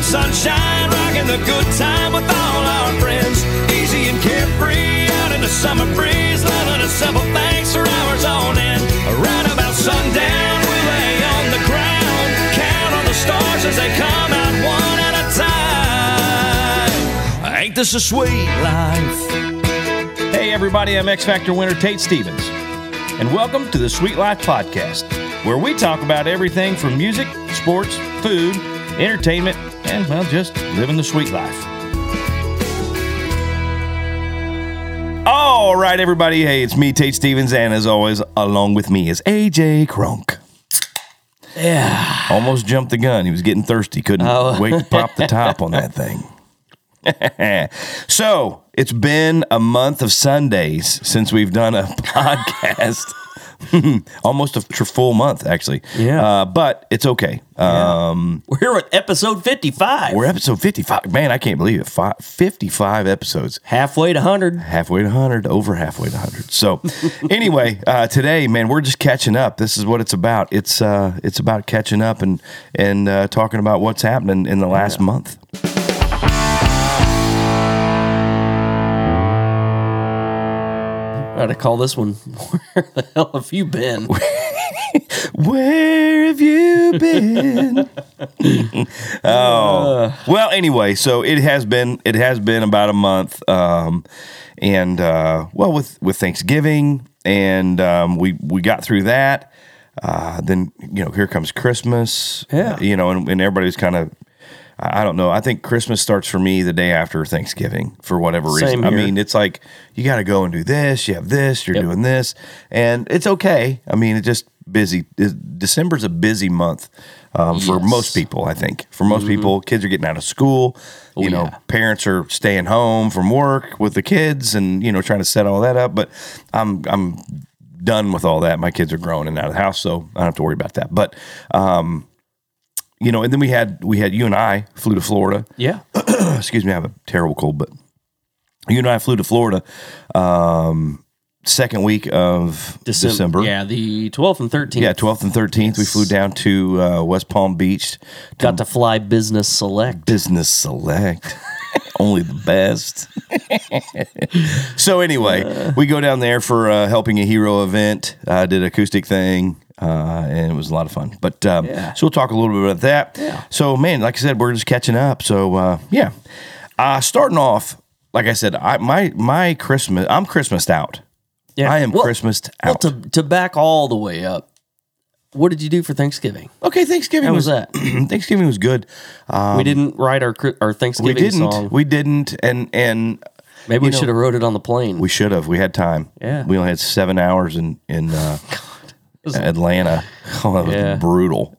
sunshine, rocking the good time with all our friends. Easy and carefree, out in the summer breeze, loving a simple thanks for hours on end. Right about sundown, we lay on the ground, count on the stars as they come out one at a time. Ain't this a sweet life? Hey, everybody, I'm X Factor winner Tate Stevens, and welcome to the Sweet Life Podcast, where we talk about everything from music, sports, food, entertainment, and, well, just living the sweet life. All right, everybody. Hey, it's me, Tate Stevens, and as always, along with me is AJ Kronk. Yeah. Almost jumped the gun. He was getting thirsty. Couldn't wait to pop the top on that thing. so it's been a month of Sundays since we've done a podcast. Almost a tr- full month, actually. Yeah. Uh, but it's okay. Um, We're here with episode 55. We're episode 55. Man, I can't believe it. Fi 55 episodes. halfway to 100. halfway to 100 over halfway to 100 so anyway uh, today man we're just catching up this is what it's about it's uh it's about catching up and and uh, talking about what's happening in the last month I ought to call this one Where the Hell Have You Been? where have you been oh well anyway so it has been it has been about a month um and uh well with with thanksgiving and um we we got through that uh then you know here comes christmas Yeah. you know and, and everybody's kind of I I don't know. I think Christmas starts for me the day after Thanksgiving for whatever reason. Same I here. mean, it's like you got to go and do this. You have this. You're Yep. doing this, and it's okay. I mean, it's just busy. It- December's a busy month um, for Yes. Mm-hmm. most people. I think for most people, kids are getting out of school. you know, Oh, yeah. parents are staying home from work with the kids, and you know, trying to set all that up. But I'm I'm done with all that. My kids are grown and out of the house, so I don't have to worry about that. But um, you know, and then we had we had you and I flew to Florida. Yeah. Uh, Excuse me, I have a terrible cold, but you and I flew to Florida um second week of December. Yeah, the 12th and 13th. Yeah, 12th and 13th, we flew down to uh, West Palm Beach to Got to fly business select. Business Select. Only the best. so anyway, we go down there for a helping a hero event. I did acoustic thing, uh, and it was a lot of fun. But um, Yeah. so we'll talk a little bit about that. So man, like I said, we're just catching up. So uh, yeah, uh, starting off, like I said, I my my Christmas, I'm Christmased out. Yeah. I am well, Christmased Well, out. to, to back all the way up, what did you do for Thanksgiving? okay, Thanksgiving How was, was that? Thanksgiving was good. we didn't write our Chri- our Thanksgiving we didn't. song. We didn't. And and Maybe we know- should have wrote it on the plane. We should have. We had time. Yeah. We only had seven hours in in uh, Atlanta. Oh, that was Yeah. brutal.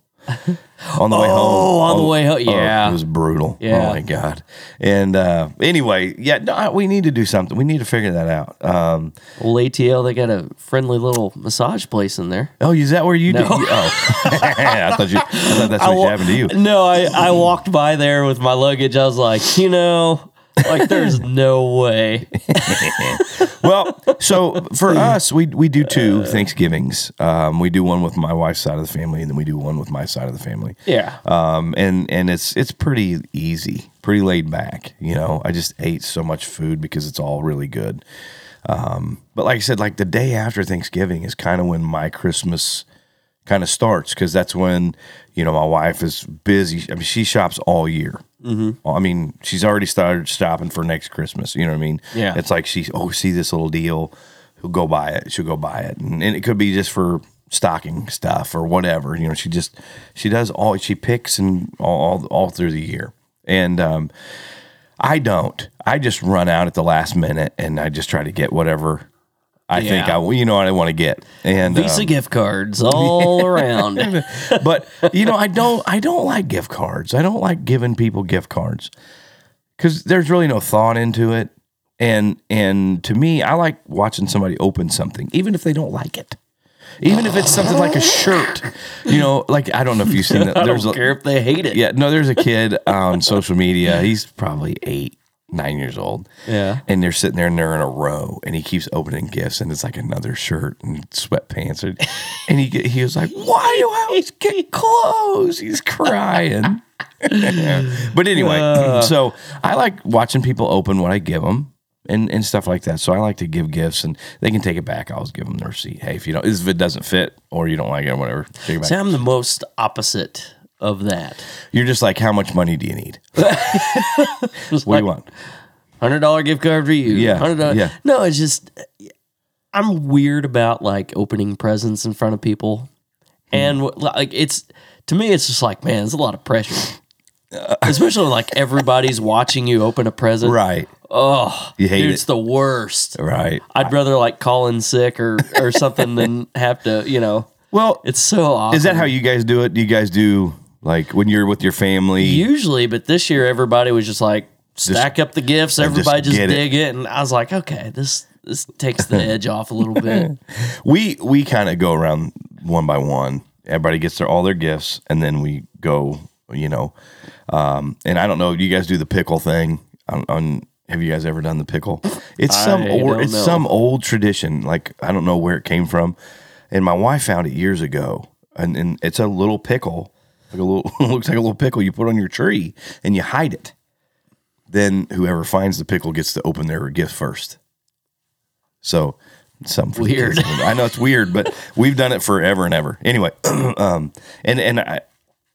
On the way home. oh, on the way home. oh, Yeah. it was brutal. Yeah. Oh my god. And uh, anyway, yeah, no, I- we need to do something. We need to figure that out. Um, Old ATL, they got a friendly little massage place in there. oh, is that where you? do- No. you- oh, I thought you. I thought that's I what wa- happened to you. No, I, I walked by there with my luggage. I was like, you know, like there's no way. well, so for us, we we do two Thanksgivings. Um, we do one with my wife's side of the family, and then we do one with my side of the family. Yeah. Um, and and it's it's pretty easy, pretty laid back. You know, I just ate so much food because it's all really good. Um, but like I said, like the day after Thanksgiving is kind of when my Christmas kind of starts because that's when you know my wife is busy. I mean, she shops all year. Mm-hmm. I mean, she's already started shopping for next Christmas. You know what I mean? Yeah. It's like she oh see this little deal, she'll go buy it. She'll go buy it, and, and it could be just for stocking stuff or whatever. You know, she just she does all she picks and all all, all through the year. And um, I don't. I just run out at the last minute, and I just try to get whatever. I think I, you know, what I want to get, and Visa um, gift cards all around. but you know, I don't I don't like gift cards. I don't like giving people gift cards because there's really no thought into it. And and to me, I like watching somebody open something, even if they don't like it. Even if it's something like a shirt, you know, like I don't know if you've seen that. I There's don't a, care if they hate it. yeah, no, there's a kid on social media. He's probably eight, nine years old. Yeah. And they're sitting there and they're in a row and he keeps opening gifts and it's like another shirt and sweatpants. And, and he, he was like, Why do I always get clothes? He's crying. but anyway, so I like watching people open what I give them and, and stuff like that. So I like to give gifts and they can take it back. I always give them the receipt. Hey, if you don't, if it doesn't fit or you don't like it or whatever, take it back. See, I'm the most opposite of that. You're just like, how much money do you need? what do you want? Hundred dollar gift card for you. Yeah, $100. yeah. No, it's just I'm weird about like opening presents in front of people, Hmm. and like it's to me, it's just like man, it's a lot of pressure. Especially when, like everybody's watching you open a present. Right. Oh, You hate dude, it. it's the worst. Right. I'd rather like call in sick or or something than have to, you know. Well, It's so awesome. is that how you guys do it? Do you guys do like when you're with your family? usually, but this year everybody was just like stack up the gifts. Everybody just, get it. dig it. and I was like, okay, this this takes the edge off a little bit. we we kind of go around one by one. Everybody gets their all their gifts, and then we go. You know, um, and I don't know. You guys do the pickle thing. On, on have you guys ever done the pickle? It's some I or don't it's know. some old tradition. Like I don't know where it came from, and my wife found it years ago, and, and it's a little pickle. Like a little looks like a little pickle you put on your tree and you hide it. Then whoever finds the pickle gets to open their gift first. So something for the Weird. kids. I know it's weird, but we've done it forever and ever. Anyway, um, and and I,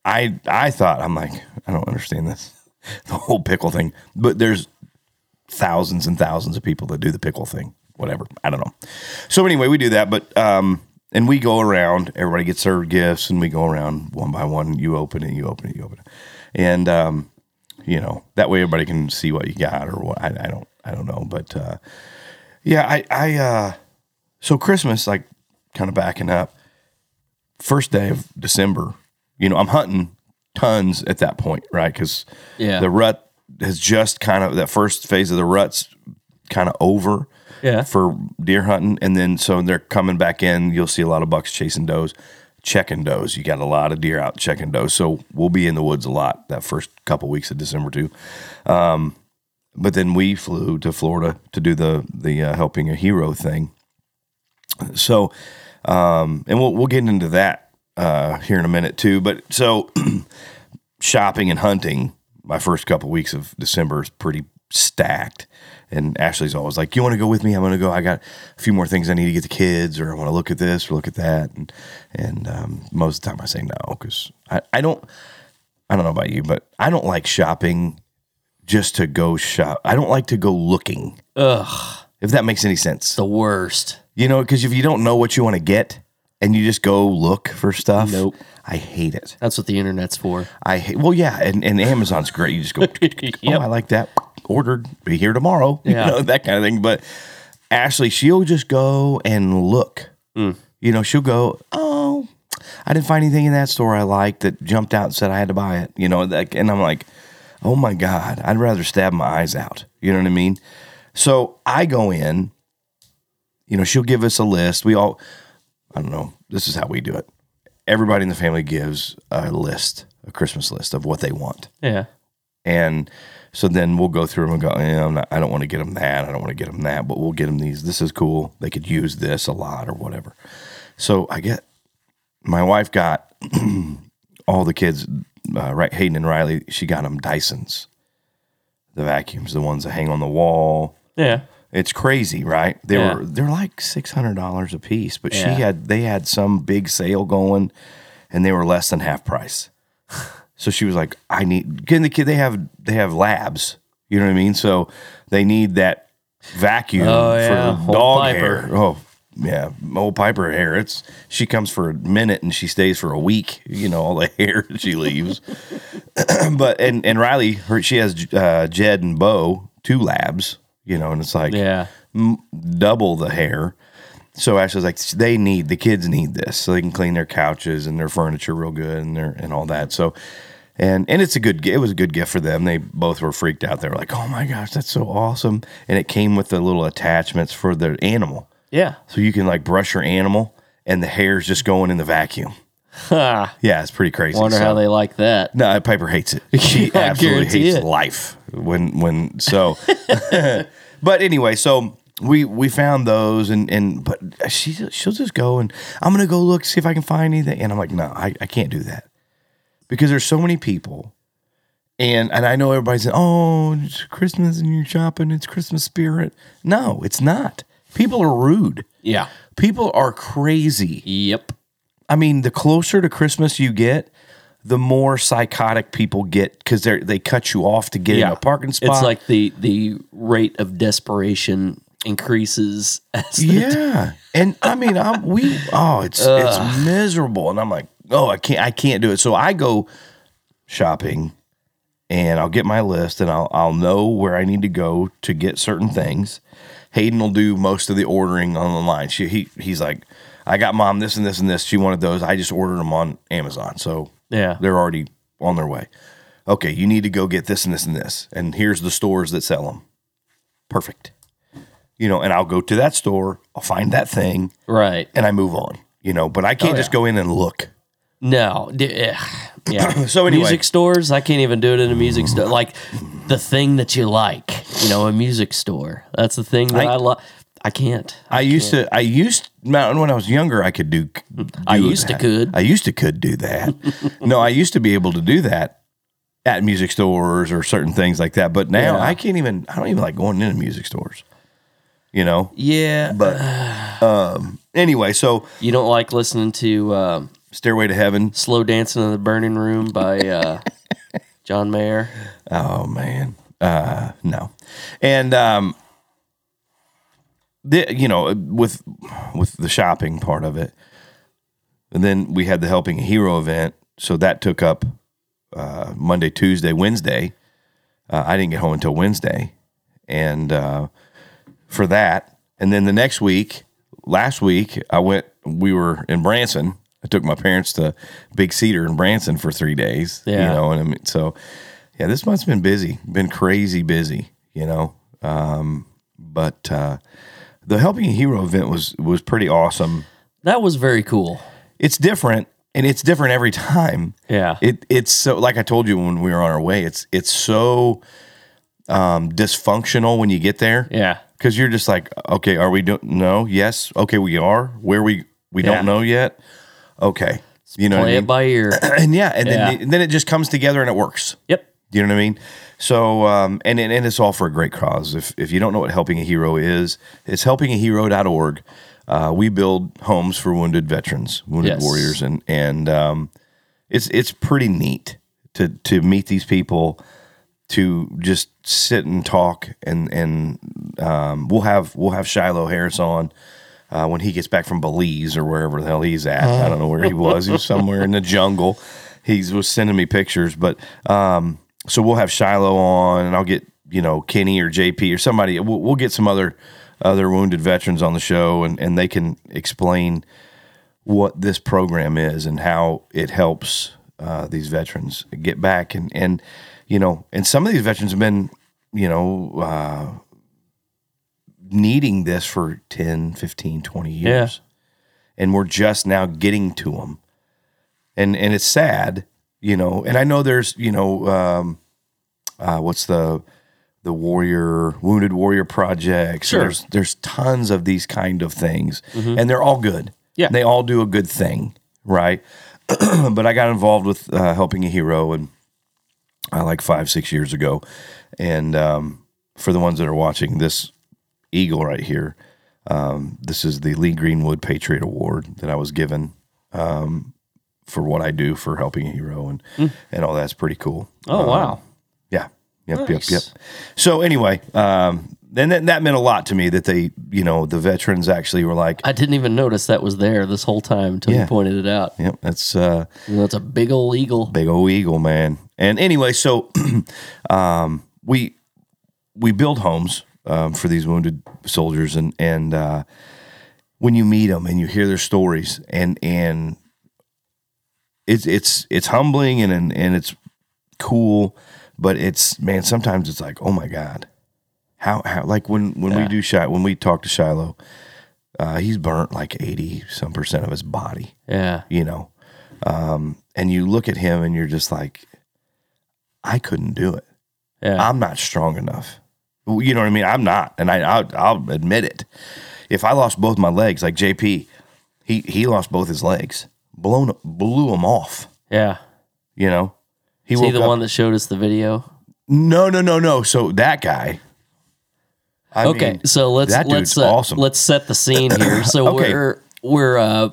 I I thought I'm like I don't understand this the whole pickle thing, but there's thousands and thousands of people that do the pickle thing. Whatever, I don't know. So anyway, we do that, but um, and we go around. Everybody gets their gifts, and we go around one by one. You open it, you open it, you open it, and um, you know that way everybody can see what you got or what I, I don't I don't know, but uh, yeah, I I uh, so Christmas like kind of backing up. First day of December, you know, I'm hunting tons at that point, right? Because Yeah. the rut has just kind of that first phase of the ruts kind of over Yeah. for deer hunting and then so they're coming back in you'll see a lot of bucks chasing does checking does you got a lot of deer out checking does so we'll be in the woods a lot that first couple weeks of december too Um, but then we flew to Florida to do the the uh, helping a hero thing. So, um, and we'll we'll get into that uh, here in a minute too. But so, shopping and hunting. My first couple weeks of December is pretty stacked, and Ashley's always like, "You want to go with me? I'm going to go. I got a few more things I need to get the kids, or I want to look at this or look at that." And and um, most of the time I say no because I, I don't I don't know about you, but I don't like shopping just to go shop. I don't like to go looking. Ugh. If that makes any sense. the worst. You know, because if you don't know what you want to get and you just go look for stuff, Nope. I hate it. That's what the internet's for. I hate, well, yeah, and, and Amazon's great. You just go, oh, I like that. Ordered, be here tomorrow. Yeah. You know, that kind of thing. But Ashley, she'll just go and look. You know, she'll go, oh, I didn't find anything in that store I liked that jumped out and said I had to buy it. You know, that, and I'm like, oh my God, I'd rather stab my eyes out. You know what I mean? So I go in, you know, she'll give us a list. We all, I don't know, this is how we do it. Everybody in the family gives a list, a Christmas list of what they want. Yeah. And so then we'll go through them and go, eh, I'm not, I don't want to get them that. I don't want to get them that, but we'll get them these. This is cool. They could use this a lot or whatever. So I get, my wife got all the kids, uh, right? Hayden and Riley, she got them Dysons, the vacuums, the ones that hang on the wall. Yeah. It's crazy, right? They Yeah. were they're like six hundred dollars a piece, but Yeah. she had they had some big sale going, and they were less than half price. so she was like, "I need." Can the kid they have they have labs? You know what I mean? So they need that vacuum Oh, yeah. for Old dog Piper. hair. Oh yeah, old Piper hair. It's she comes for a minute and she stays for a week. You know all the hair she leaves. but and and Riley, her, she has uh, Jed and Bo two labs. You know, and it's like Yeah. double the hair. So Ashley's like, they need the kids need this so they can clean their couches and their furniture real good and their and all that. So, and and it's a good gi- it was a good gift for them. They both were freaked out. They were like, oh my gosh, that's so awesome! And it came with the little attachments for the animal, Yeah. so you can like brush your animal and the hair's just going in the vacuum. Ha. Yeah, it's pretty crazy. Wonder So- how they like that. no, Piper hates it. She I absolutely guarantee hates it. life. When when so, but anyway, so we we found those and and but she she'll just go and I'm gonna go look see if I can find anything and I'm like no I I can't do that because there's so many people And and I know everybody's saying, "Oh, it's Christmas and you're shopping. It's Christmas spirit." No, it's not. People are rude. Yeah. People are crazy. Yep. I mean, the closer to Christmas you get, the more psychotic people get because they they cut you off to get in a parking spot. It's like the the rate of desperation increases as the yeah, and I mean, I'm we oh, it's it's miserable, and I'm like, oh, I can't I can't do it. So I go shopping, and I'll get my list, and I'll I'll know where I need to go to get certain things. Hayden will do most of the ordering online. She he he's like, I got mom this and this and this. She wanted those. I just ordered them on Amazon. So Yeah. they're already on their way. Okay, you need to go get this and this and this, and here's the stores that sell them. Perfect you know, and I'll go to that store, I'll find that thing, right. and I move on, you know, but I Oh, can't just go in and look. No. D- ugh. Yeah. So anyway. music stores, I can't even do it in a music store. Like the thing that you like, you know, a music store. That's the thing that I- I, love. I can't. I used to, I used, now, when I was younger, I could do, I do used to that. could. I used to could do that. no, I used to be able to do that at music stores or certain things like that, but now Yeah. I can't even, I don't even like going into music stores, you know, Yeah. but, um, anyway, so you don't like listening to um, Stairway to Heaven. "Slow Dancing in the Burning Room" by uh, John Mayer. Oh man, uh, no, and um, the you know with with the shopping part of it, and then we had the helping a hero event, so that took up uh, Monday, Tuesday, Wednesday. Uh, I didn't get home until Wednesday, and uh, for that, and then the next week, last week, I went. We were in Branson. I took my parents to Big Cedar in Branson for three days. Yeah. you know, and I mean, so yeah, this month's been busy, been crazy busy. You know, um, but uh, the Helping a Hero event was was pretty awesome. That was very cool. It's different, and it's different every time. Yeah. It it's so like I told you when we were on our way, it's it's so um dysfunctional when you get there. yeah. Cuz you're just like, okay, are we doing no? Yes. Okay, we are. Where we we Yeah. don't know yet. Okay. You know what Play I it mean? by ear. and yeah, and then Yeah. and then it just comes together and it works. yep. Do You know what I mean? So, um, and, and and it's all for a great cause. If if you don't know what helping a hero is, it's helpingahero.org. Uh, we build homes for wounded veterans, wounded Yes. warriors, and and um, it's it's pretty neat to to meet these people, to just sit and talk, and and um, we'll have we'll have Shiloh Harris on. Uh, when he gets back from Belize or wherever the hell he's at, I don't know where he was. He was somewhere in the jungle. He was sending me pictures, but um, so we'll have Shiloh on, and I'll get you know Kenny or JP or somebody. We'll, we'll get some other other wounded veterans on the show, and and they can explain what this program is and how it helps uh, these veterans get back and and you know and some of these veterans have been you know uh, needing this for 10 15 20 years and we're just now getting to them and and it's sad you know and i know there's you know um, uh, what's the the warrior wounded warrior projects Sure. Mm-hmm. there's there's tons of these kind of things and they're all good Yeah. they all do a good thing right but i got involved with uh, helping a hero and uh, like five six years ago and um, for the ones that are watching this eagle right here um, this is the lee greenwood patriot award that i was given um, for what i do for helping a hero and Hmm. and all that's pretty cool Oh wow. yeah. Yep. Nice. Yep. Yep. So anyway, um, and that, that meant a lot to me that they, you know, the veterans actually were like, I didn't even notice that was there this whole time until Yeah. you pointed it out. yep, that's uh, You know, it's a big old eagle. big old eagle, man. And anyway, so um, we we build homes um, for these wounded soldiers, and and uh, when you meet them and you hear their stories, and and it's it's it's humbling and and, and it's cool, but it's man, sometimes it's like, oh my god, how how like when when we do shot when we talk to Shiloh. Uh, he's burnt like 80 some percent of his body Yeah. you know um, and you look at him and you're just like i couldn't do it Yeah. i'm not strong enough Well, you know what i mean i'm not and I, I'll, I'll admit it if i lost both my legs like jp he, he lost both his legs blown blew him off yeah. you know He Is he woke the up- one that showed us the video? No, no, no, no. So that guy. I okay, mean, so let's that let's dude's uh, awesome. let's set the scene here. So Okay. we're we're uh,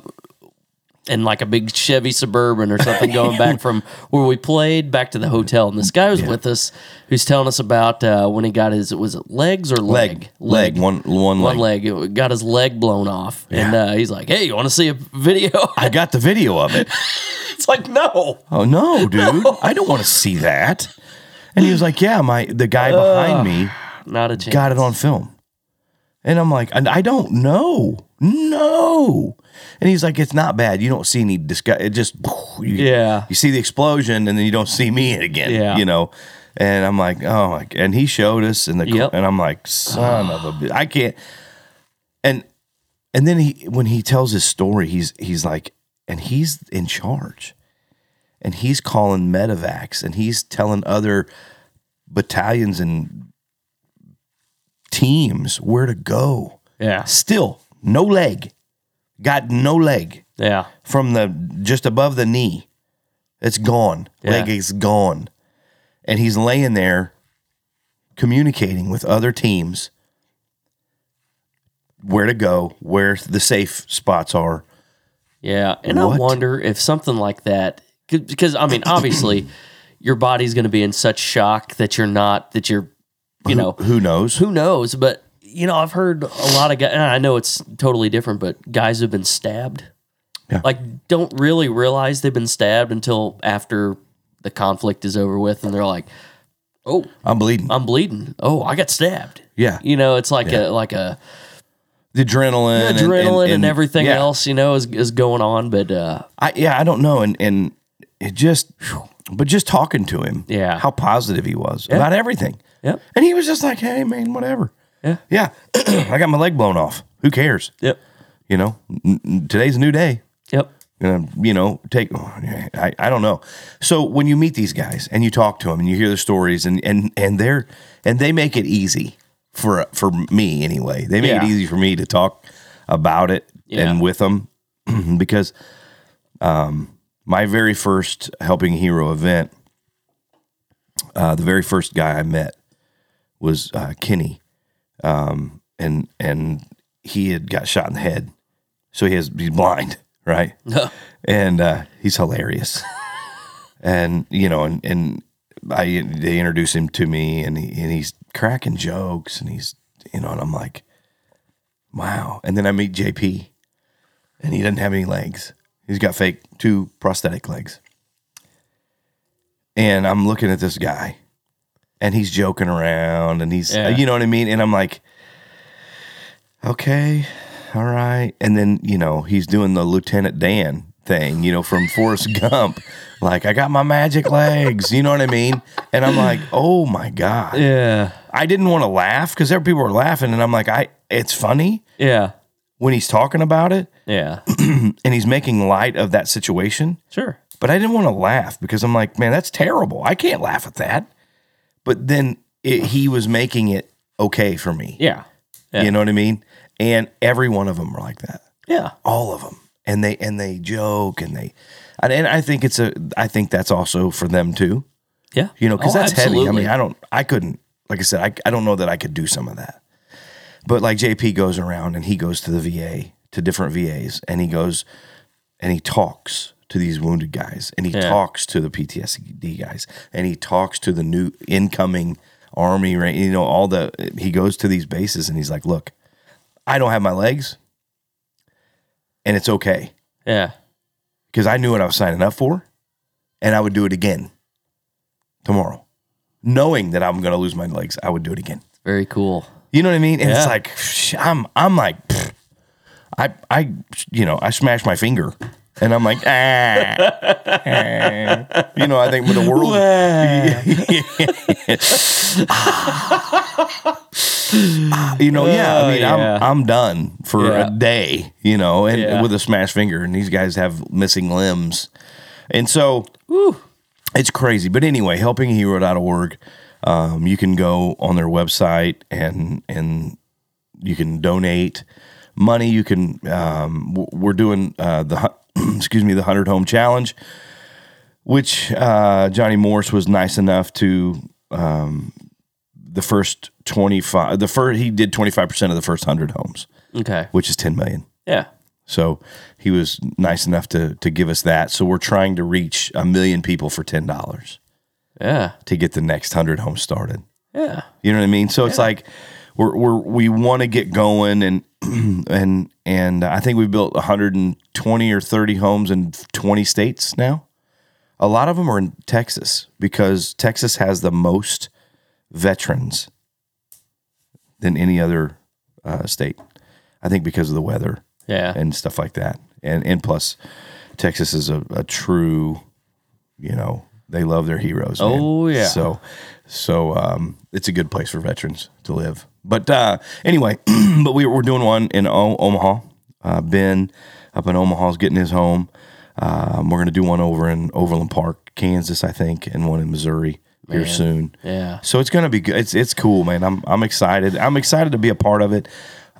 in like a big Chevy Suburban or something, going back from where we played back to the hotel, and this guy was with us who's telling us about uh, when he got his was it legs or leg, leg leg, one, one, one leg. leg it got his leg blown off, and uh, he's like, "Hey, you want to see a video?" I got the video of it. it's like, "No, Oh no, dude! I don't want to see that. And he was like, "Yeah, my the guy behind me not a chance." got it on film." And I'm like, "And "I don't know, no." And he's like, "It's not bad. You don't see any discuss. It just you, Yeah. You see the explosion, and then you don't see me again. Yeah. You know." And I'm like, "Oh my!" And he showed us, and the Yep. and I'm like, "Son of a bi- I can't." And and then he when he tells his story, he's he's like, and he's in charge and he's calling medevacs and he's telling other battalions and teams where to go. Yeah, Still, no leg. Got no leg yeah, from the just above the knee. It's gone. Yeah. Leg is gone. And he's laying there communicating with other teams where to go, where the safe spots are. yeah. And I What? wonder if something like that, c- because I mean, obviously, your body's going to be in such shock that you're not that you're, you know, Who knows? who knows? But you know, I've heard a lot of guys. And I know it's totally different, but guys who've been stabbed, Yeah. like, don't really realize they've been stabbed until after the conflict is over with, and they're like, "Oh, I'm bleeding. I'm bleeding. Oh, I got stabbed." yeah. You know, it's like a like a the adrenaline, and- adrenaline and, everything yeah. else, you know, is is going on. But uh, I, yeah, I don't know, and and it just, but just talking to him, Yeah. how positive he was about everything. Yep. and he was just like, "Hey, man, whatever." Yeah. yeah. I got my leg blown off. Who cares? yep, You know, N- n- today's a new day. yep, And, you know, take, oh, I, I don't know. So when you meet these guys and you talk to them and you hear their stories and, and, and they're, and they make it easy for, for me anyway, they make Yeah. it easy for me to talk about it Yeah. and with them because, um, my very first helping hero event, uh, the very first guy I met was, uh, Kenny. Um, and, and he had got shot in the head. So he has, he's blind, right? and uh, he's hilarious. and you know, and and I they introduce him to me, and he, and he's cracking jokes, and he's you know, and I'm like, wow. And then I meet JP, and he doesn't have any legs. He's got fake two prosthetic legs. And I'm looking at this guy, and he's joking around, and he's Yeah. you know what I mean, and I'm like, okay, all right. And then, you know, he's doing the Lieutenant Dan thing, you know, from Forrest Gump. Like, I got my magic legs. You know what I mean? And I'm like, oh my God. yeah, I didn't want to laugh because there people were laughing. And I'm like, I it's funny yeah, when he's talking about it yeah, and he's making light of that situation. sure, But I didn't want to laugh because I'm like, man, that's terrible. I can't laugh at that. But then it, he was making it okay for me. yeah, yeah. You know what I mean? And every one of them were like that. yeah, all of them and they and they joke and they and, and i think it's a i think that's also for them too yeah. you know because Oh, that's heavy i absolutely. mean i don't i couldn't like i said I, I don't know that i could do some of that but like jp goes around and he goes to the va to different vas and he goes and he talks to these wounded guys and he Yeah. talks to the ptsd guys and he talks to the new incoming army right you know all the he goes to these bases and he's like look i don't have my legs and it's okay yeah, because I knew what I was signing up for, and I would do it again tomorrow, knowing that I'm going to lose my legs. I would do it again. very cool. You know what I mean? And Yeah. it's like sh- I'm, I'm like, pfft. I, I, you know, I smashed my finger, and I'm like, ah, ah. you know, I think with the world, you know, yeah. Oh, I mean, yeah. I'm, I'm done for Yeah. a day, you know, and Yeah. with a smashed finger, and these guys have missing limbs, and so it's crazy. But anyway, helpinghero.org. Um, you can go on their website and and you can donate money. You can um, w- we're doing uh, the hu- excuse me the hundred home challenge. which uh, Johnny Morse was nice enough to um, the first 25 the first he did 25% of the first 100 homes Okay. which is 10 million Yeah. so he was nice enough to to give us that so we're trying to reach a million people for $10 Yeah. to get the next 100 homes started Yeah. you know what I mean? So it's like we're, we're we want to get going, and and and I think we've built 120 or 30 homes in 20 states now. A lot of them are in Texas because Texas has the most veterans than any other uh, state. I think because of the weather Yeah. and stuff like that, and and plus Texas is a, a true, you know, they love their heroes. man. Oh, yeah. So so um, it's a good place for veterans to live. But uh, anyway, but we we're doing one in o- Omaha. Uh, ben up in Omaha's getting his home. Um, we're gonna do one over in Overland Park, Kansas, I think, and one in Missouri here soon. yeah. So it's gonna be good. It's it's cool, man. I'm I'm excited. I'm excited to be a part of it.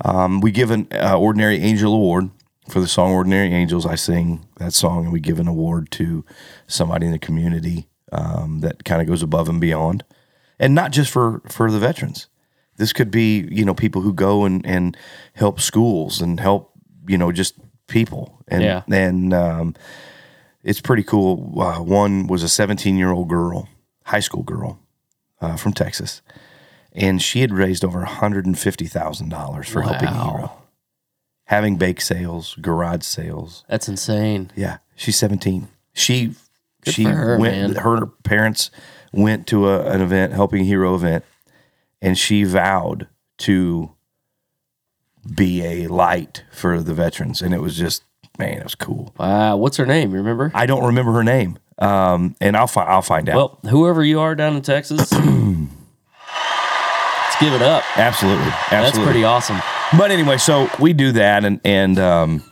Um, we give an uh, ordinary angel award for the song "Ordinary Angels." I sing that song, and we give an award to somebody in the community um, that kind of goes above and beyond, and not just for for the veterans. This could be you know people who go and and help schools and help you know just people and Yeah. and um, it's pretty cool. Uh, one was a 17 year old girl, high school girl uh, from Texas, and she had raised over $150,000 for helping Wow. Hero, having bake sales, garage sales. That's insane. Yeah, she's 17. She she for her, went. man. Her parents went to a, an event, helping Hero event, and she vowed to be a light for the veterans, and it was just man, it was cool. Wow. What's her name? You remember? I don't remember her name. Um, and I'll find I'll find out. Well, whoever you are down in Texas, let's give it up. absolutely, absolutely. That's pretty awesome. But anyway, so we do that, and and um,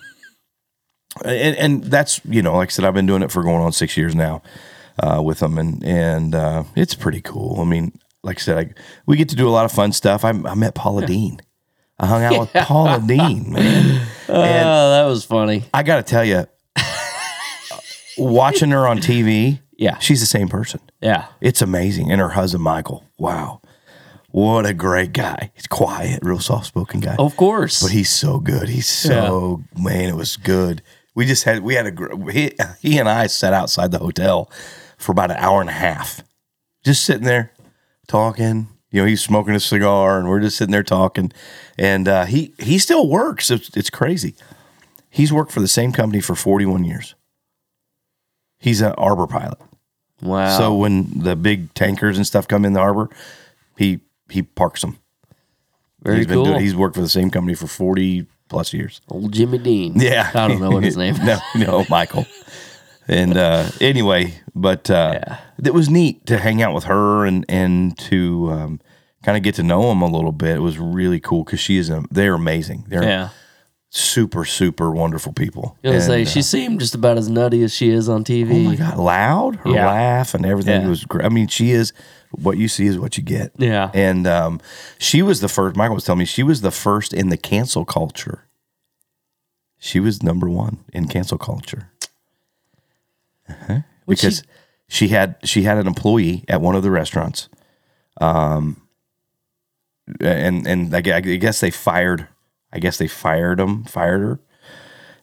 and, and that's you know, like I said, I've been doing it for going on six years now uh, with them, and and uh, it's pretty cool. I mean, like I said, I, we get to do a lot of fun stuff. I, I met Paula Dean. I hung out with Paula Dean, man. And Oh, that was funny. I got to tell you, watching her on TV, Yeah. she's the same person. Yeah. It's amazing. And her husband, Michael, wow, what a great guy. He's quiet, real soft spoken guy. Of course. But he's so good. He's so man. It was good. We just had we had a gr- he, he and I sat outside the hotel for about an hour and a half, just sitting there talking. You know, he's smoking a cigar, and we're just sitting there talking. And uh, he he still works. It's, it's crazy. He's worked for the same company for forty one years. He's an arbor pilot. wow. So when the big tankers and stuff come in the harbor, he he parks them. very He's been cool. doing. He's worked for the same company for forty plus years. Old Jimmy Dean. Yeah, I don't know what his name is. no, no, Michael. And uh, anyway, but uh, Yeah. it was neat to hang out with her and and to um, kind of get to know him a little bit. It was really cool because she is. am- They're amazing. They're Yeah. super super wonderful people. I was And, gonna say uh, she seemed just about as nutty as she is on TV. Oh my god! Loud, her Yeah. laugh and everything Yeah. was great. I mean, she is what you see is what you get. Yeah. And um, she was the first. Michael was telling me she was the first in the cancel culture. She was number one in cancel culture. Uh-huh. Would she- Because she, had she had an employee at one of the restaurants, um, and and I gue- I guess they fired. I guess they fired him, fired her,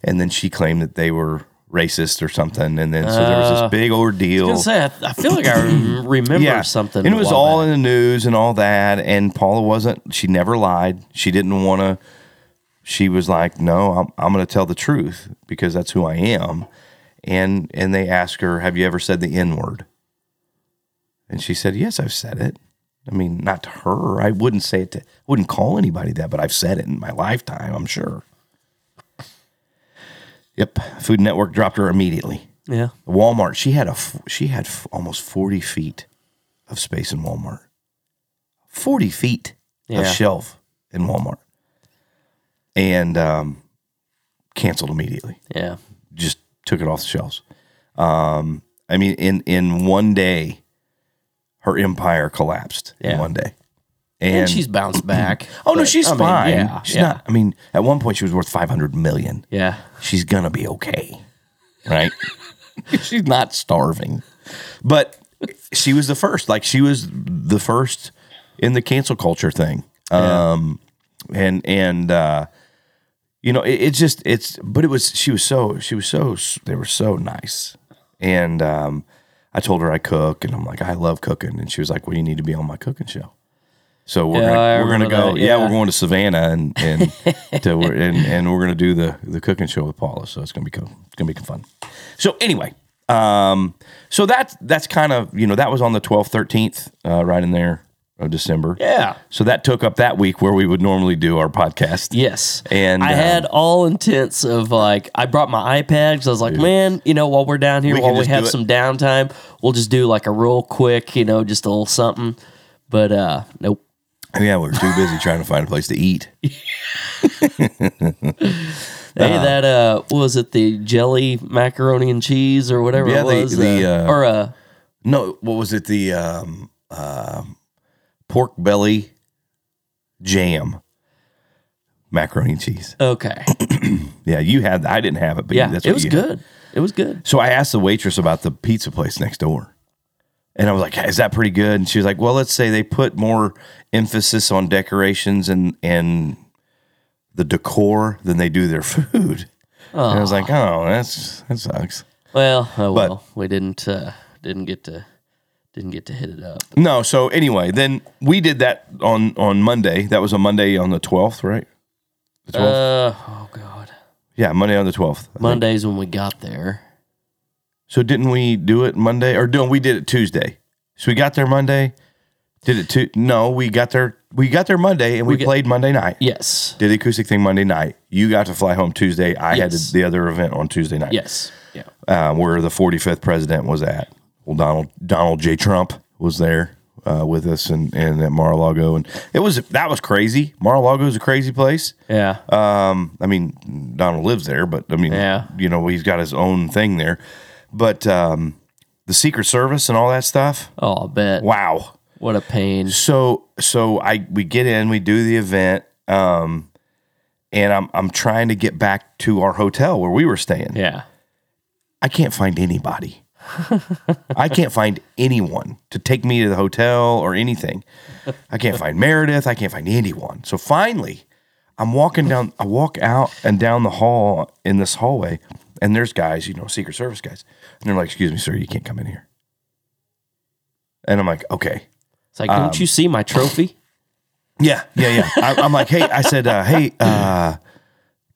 and then she claimed that they were racist or something, and then so there was this big ordeal. Uh, I was gonna say I, I feel like I rem- remember something. And it a was while all back. in the news and all that. And Paula wasn't, she never lied. She didn't want to, she was like, no, I'm, I'm going to tell the truth because that's who I am. And, and they asked her, have you ever said the N word? And she said, yes, I've said it. I mean, not to her. I wouldn't say it to, wouldn't call anybody that, but I've said it in my lifetime, I'm sure. Yep. Food Network dropped her immediately. yeah. Walmart. She had a f- she had f- almost forty feet of space in Walmart. Forty feet Yeah. of shelf in Walmart, and um, canceled immediately. Yeah. Just took it off the shelves. Um, I mean, in in one day, her empire collapsed Yeah. in one day. And, she's bounced back. oh no, but, she's I mean, fine. yeah. she's yeah. not. I mean, at one point she was worth five hundred million Yeah. she's gonna be okay, right? She's not starving. But she was the first. Like she was the first in the cancel culture thing. Um and and uh you know, it, it's just it's but it was she was so she was so they were so nice. And um I told her I cook and I'm like, I love cooking. And she was like, Well, you need to be on my cooking show. So we're Yeah, I gonna, we're gonna remember go. that, yeah, yeah. we're going to Savannah and and to, and, and we're gonna do the the cooking show with Paula. So it's gonna be cool. It's gonna be fun. So anyway, um, so that's that's kind of you know that was on the twelfth, thirteenth, uh, right in there of December. Yeah. So that took up that week where we would normally do our podcast. Yes. And, I um, had all intents of like I brought my iPad because I was like, man, you know, while we're down here, We can while we just have do it. some downtime, we'll just do like a real quick, you know, just a little something. But uh nope. Yeah, we were too busy trying to find a place to eat. Hey, Uh-huh. that uh, what was it the jelly macaroni and cheese or whatever Yeah, it the- was, the, uh, or uh, No, what was it? The um, uh, pork belly jam macaroni and cheese. okay, Yeah, you had. I didn't have it, but yeah, that's what it was you had. good. It was good. So I asked the waitress about the pizza place next door. And I was like, is that pretty good? And she was like, well, let's say they put more emphasis on decorations and, and the decor than they do their food. And I was like, oh, that's that sucks. Well, oh But- well, we didn't uh, didn't get to didn't get to hit it up. No, so anyway, then we did that on on Monday. That was a Monday on the twelfth, right? The twelfth. Uh, oh god, yeah, Monday on the twelfth. Mondays when we got there. So didn't we do it Monday or no? We did it Tuesday. So we got there Monday. Did it too? No, we got there. We got there Monday and we, We get- played Monday night. Yes, Did the acoustic thing Monday night. You got to fly home Tuesday. I had Yes. the other event on Tuesday night. yes, yeah. uh, where the 45th president was at. Well, Donald Donald J. Trump was there uh, with us and and at Mar-a-Lago, and it was that was crazy. Mar-a-Lago is a crazy place. Yeah. Um, I mean, Donald lives there, but I mean, Yeah. you know, he's got his own thing there. But um, the Secret Service and all that stuff. oh, I bet. Wow. What a pain. So so I we get in, we do the event, um, and I'm I'm trying to get back to our hotel where we were staying. Yeah. I can't find anybody. I can't find anyone to take me to the hotel or anything. I can't find Meredith. I can't find anyone. So finally, I'm walking down, I walk out and down the hall in this hallway, and there's guys, you know, Secret Service guys. And they're like, Excuse me, sir, you can't come in here. And I'm like, Okay. It's like, don't you see my trophy? Yeah, yeah, yeah. I, I'm like, hey, I said, uh, hey, uh,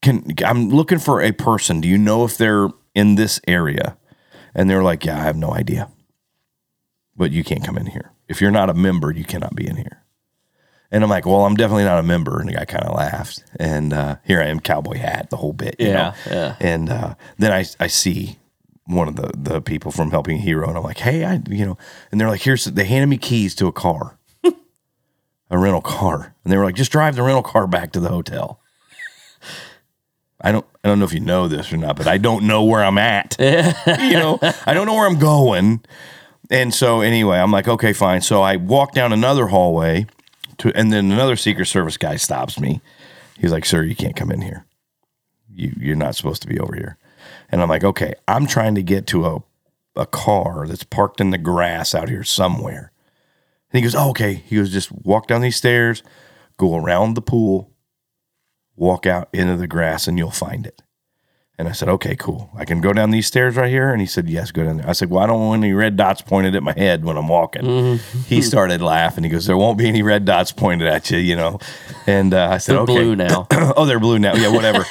can I'm looking for a person. Do you know if they're in this area? And they're like, yeah, I have no idea. But you can't come in here. If you're not a member, you cannot be in here. And I'm like, well, I'm definitely not a member. And the guy kind of laughed. And uh, here I am, cowboy hat, the whole bit. you Yeah, know? yeah. And uh, then I, I see one of the, the people from Helping Hero, and I'm like, hey, I, you know, and they're like, here's, they handed me keys to a car a rental car, and they were like, "Just drive the rental car back to the hotel." I don't, I don't know if you know this or not, but I don't know where I'm at. you know, I don't know where I'm going, and so anyway, I'm like, okay, fine. So I walk down another hallway, to, and then another Secret Service guy stops me. He's like, "Sir, you can't come in here. You, you're not supposed to be over here." And I'm like, "Okay, I'm trying to get to a, a car that's parked in the grass out here somewhere." And he goes, oh, okay. He goes, just walk down these stairs, go around the pool, walk out into the grass, and you'll find it. And I said, okay, cool. I can go down these stairs right here. And he said, yes, go down there. I said, well, I don't want any red dots pointed at my head when I'm walking. Mm-hmm. He started laughing. He goes, there won't be any red dots pointed at you, you know. And uh, I said, They're okay. blue now. oh, they're blue now. Yeah, whatever.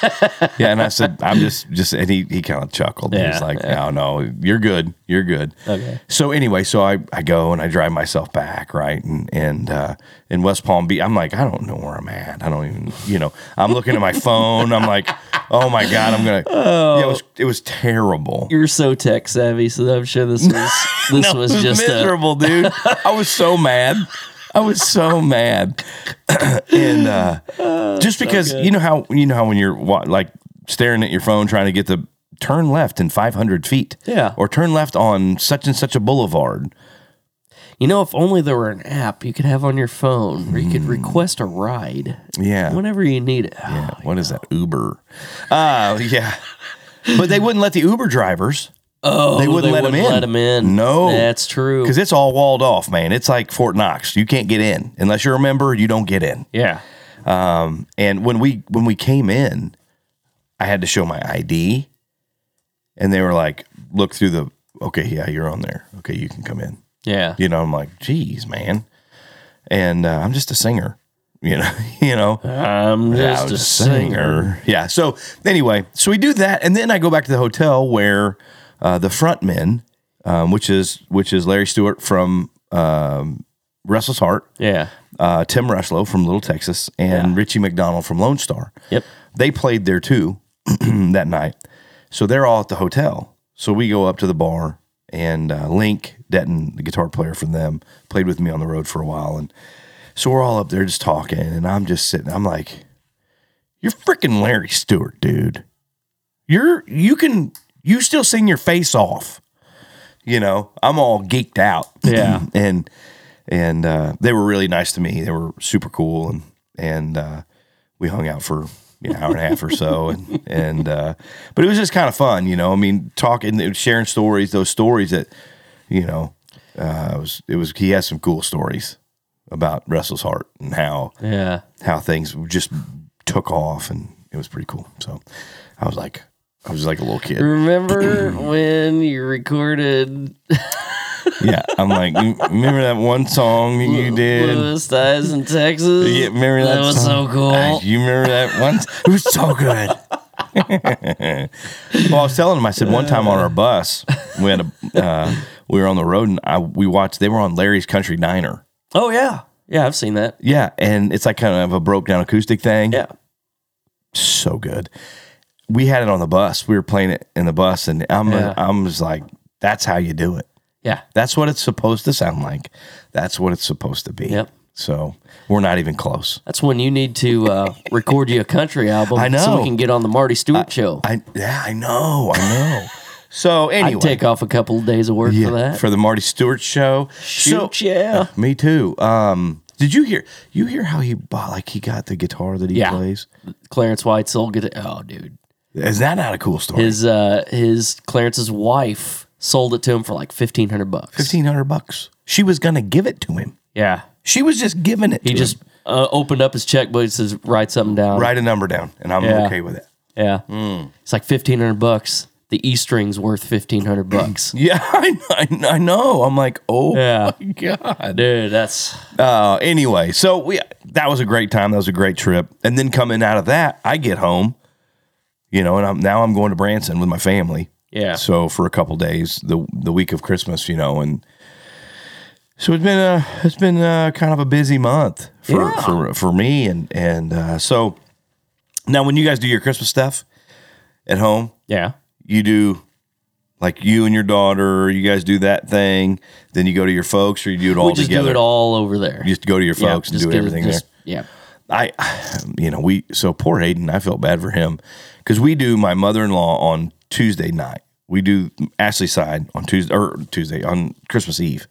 yeah. And I said, I'm just, just, and he, he kind of chuckled. He was Yeah, like, no, no, you're good. You're good. Okay. So anyway, so I, I go and I drive myself back, right? And, and, uh, in West Palm Beach, I'm like, I don't know where I'm at. I don't even, you know, I'm looking at my phone. I'm like, oh my God, I'm going to, Oh. yeah, it was, it was terrible. You're so tech savvy, so I'm sure this was this No, was it just a, miserable, dude. I was so mad. I was so mad, and uh, Oh, just because you know how you know how when you're wa- like staring at your phone trying to get the turn left in 500 feet, Yeah. or turn left on such and such a boulevard. You know, if only there were an app you could have on your phone where you could request a ride Yeah, whenever you need it. Oh, yeah. What is that Uber? Uh, yeah, but they wouldn't let the Uber drivers Oh, They wouldn't let 'em in. Let 'em in. No. that's true. because it's all walled off, man. It's like Fort Knox. You can't get in unless you're a member. You don't get in. yeah, And when we when we came in, I had to show my ID, and they were like, "Look through the okay, yeah, you're on there. Okay, you can come in." yeah, You know, I'm like, "Geez, man," and uh, I'm just a singer. You know, you know. I'm I just was a singer. Yeah. So anyway, so we do that, and then I go back to the hotel where uh, the front men, um, which is which is Larry Stewart from um, Restless Heart, Yeah, uh, Tim Rushlow from Little Texas, and Richie McDonald from Lone Star. yep. They played there too that night, so they're all at the hotel. So we go up to the bar, and uh, Link Detton, the guitar player from them, played with me on the road for a while, and so we're all up there just talking, and I'm just sitting. I'm like, "You're freaking Larry Stewart, dude. You're you can you still sing your face off. You know, I'm all geeked out. Yeah. and and uh, they were really nice to me. They were super cool, and and uh, we hung out for an hour and a half or so, and and uh, but it was just kind of fun. You know, I mean, talking, sharing stories, those stories that you know uh, it was it was he has some cool stories about Russell's heart and how Yeah, how things just took off and it was pretty cool. So I was like I was like a little kid. remember when you recorded Yeah, I'm like you remember that one song that you did. Louis Dies in Texas? Yeah, remember that, that was song? so cool. Ah, You remember that one? It was so good. well, I was telling him. I said one time on our bus, we had a, uh, we were on the road and I, we watched. They were on Larry's Country Diner. oh yeah, yeah, I've seen that. Yeah, and it's like kind of a broke down acoustic thing. Yeah, so good. We had it on the bus. We were playing it in the bus, and I'm Yeah. I'm just like, that's how you do it. yeah, That's what it's supposed to sound like. That's what it's supposed to be. Yep. So we're not even close. that's when you need to uh, record you a country album. I so know. we can get on the Marty Stewart show. I yeah, I know, I know. so I'd anyway, take off a couple of days of work yeah, for that. the Marty Stewart show. Shoot, So- yeah. me too. Um, did you hear? You hear how he bought? Like he got the guitar that he Yeah. plays. Clarence White's old guitar. Oh, dude. Is that not a cool story? His uh, his Clarence's wife sold it to him for like fifteen hundred bucks. Fifteen hundred bucks. She was gonna give it to him. Yeah. She was just giving it. He to just him. uh, opened up his checkbook and says, "Write something down." write a number down, and I'm Yeah. okay with it. Yeah. Mm. It's like fifteen hundred bucks. The E string's worth fifteen hundred bucks. Yeah, I, I, I know. I'm like, oh Yeah. my god. Dude, that's Uh, anyway, so we that was a great time. That was a great trip. And then coming out of that, I get home, you know, and I'm now I'm going to Branson with my family. yeah. So for a couple days, the the week of Christmas, you know, and so it's been a it's been a kind of a busy month for Yeah. for, for me and and uh, so now when you guys do your Christmas stuff at home, yeah. you do like you and your daughter, you guys do that thing, then you go to your folks or you do it all we just together. do it all over there. You just go to your Yeah, folks just and do get it- everything just- there. Yeah. I you know, we so poor Hayden, I felt bad for him cuz we do my mother-in-law on Tuesday night. We do Ashley's side on Tuesday or Tuesday on Christmas Eve.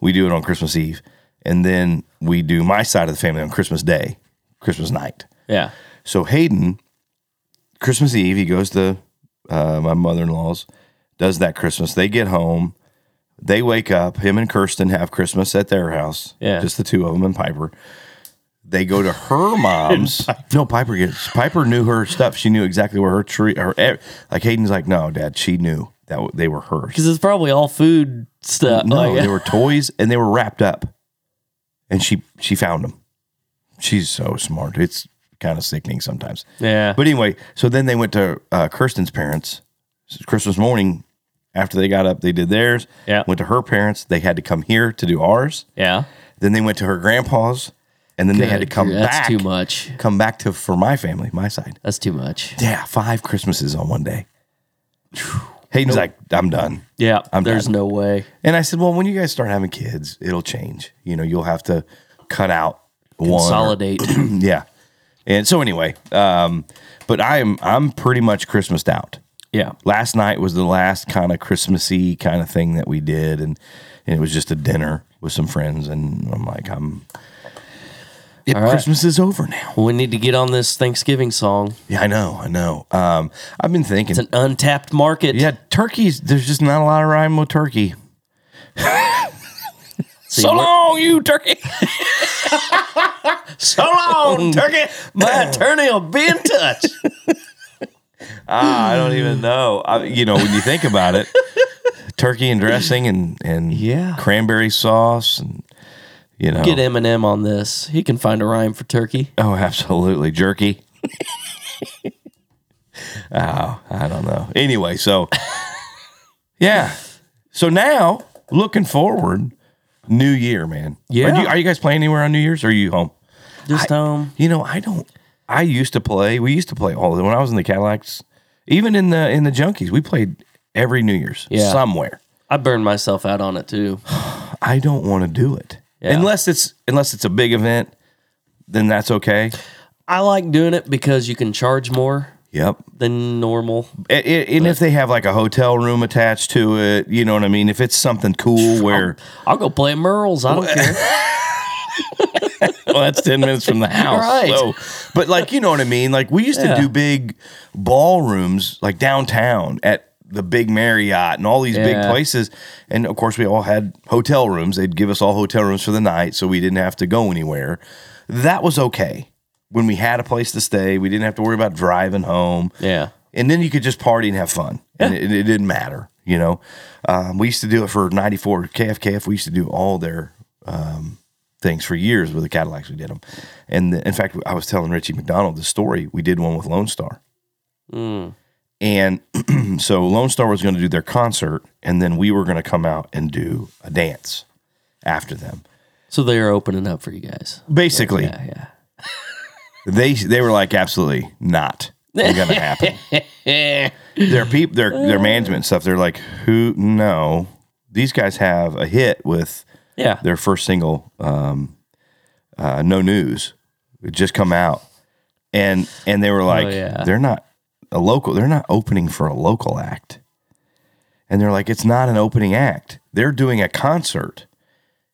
We do it on Christmas Eve and then we do my side of the family on Christmas Day, Christmas night. Yeah. So Hayden, Christmas Eve, he goes to uh, my mother in law's, does that Christmas. They get home, they wake up. Him and Kirsten have Christmas at their house. Yeah. just the two of them and Piper. They go to her mom's. no, Piper gets. Piper knew her stuff. She knew exactly where her tree. Her ev- like Hayden's like, no, Dad, she knew that w- they were hers. Because it's probably all food stuff. No, Like- they were toys and they were wrapped up. And she she found them. She's so smart. It's kind of sickening sometimes. yeah. But anyway, so then they went to uh, Kirsten's parents It's Christmas morning. After they got up, they did theirs. Yeah. Went to her parents. They had to come here to do ours. yeah. Then they went to her grandpa's, and then they had to Good. come That's back. too much. Come back to for my family, my side. That's too much. Yeah, five Christmases on one day. Hayden's like, I'm done. Yeah. I'm there's done. no way. And I said, Well, when you guys start having kids, it'll change. You know, you'll have to cut out one or- Consolidate. yeah. And so anyway, um, but I'm I'm pretty much Christmased out. yeah. last night was the last kind of Christmassy kind of thing that we did, and, and it was just a dinner with some friends, and I'm like, I'm It, All right. Christmas is over now. We need to get on this Thanksgiving song. Yeah, I know, I know. Um, I've been thinking. It's an untapped market. yeah, turkeys. There's just not a lot of rhyme with turkey. See, so we're- long, you turkey. So long, turkey. My attorney will be in touch. Ah, I don't even know. I, you know, when you think about it, turkey and dressing and and Yeah. cranberry sauce and you know, Get Eminem on this. He can find a rhyme for turkey. oh, absolutely jerky. oh, I don't know. Anyway, so yeah, so now looking forward, New Year, man. Yeah. Are you, are you guys playing anywhere on New Year's? Or are you home? Just um, You know, I don't. I used to play. We used to play all when I was in the Cadillacs, even in the in the Junkies. We played every New Year's Yeah. somewhere. I burned myself out on it too. I don't want to do it Yeah. unless it's unless it's a big event. Then that's okay. I like doing it because you can charge more Yep. than normal. And, and- and if they have like a hotel room attached to it, you know what I mean. If it's something cool, where I'll go play Merle's. I don't care. well, that's ten minutes from the house. Oh. Right. So, but like you know what I mean. Like we used Yeah. to do big ballrooms like downtown at the big Marriott and all these big Yeah. places. And of course, we all had hotel rooms. They'd give us all hotel rooms for the night, so we didn't have to go anywhere. That was okay when we had a place to stay. We didn't have to worry about driving home Yeah. and then you could just party and have fun, and it, it didn't matter. You know, um, we used to do it for '94 KFKF. We used to do all their um, things for years with the Cadillacs. We did them, and the, in fact, I was telling Richie McDonald the story. We did one with Lone Star, and so Lone Star was going to do their concert, and then we were going to come out and do a dance after them. So they are opening up for you guys. Basically, Yeah, yeah. they they were like, absolutely not going to happen. Eh. their peop their their management and stuff they're like who no these guys have a hit with Yeah. their first single um uh no news it just come out and and they were like Oh, yeah. they're not a local they're not opening for a local act and they're like it's not an opening act they're doing a concert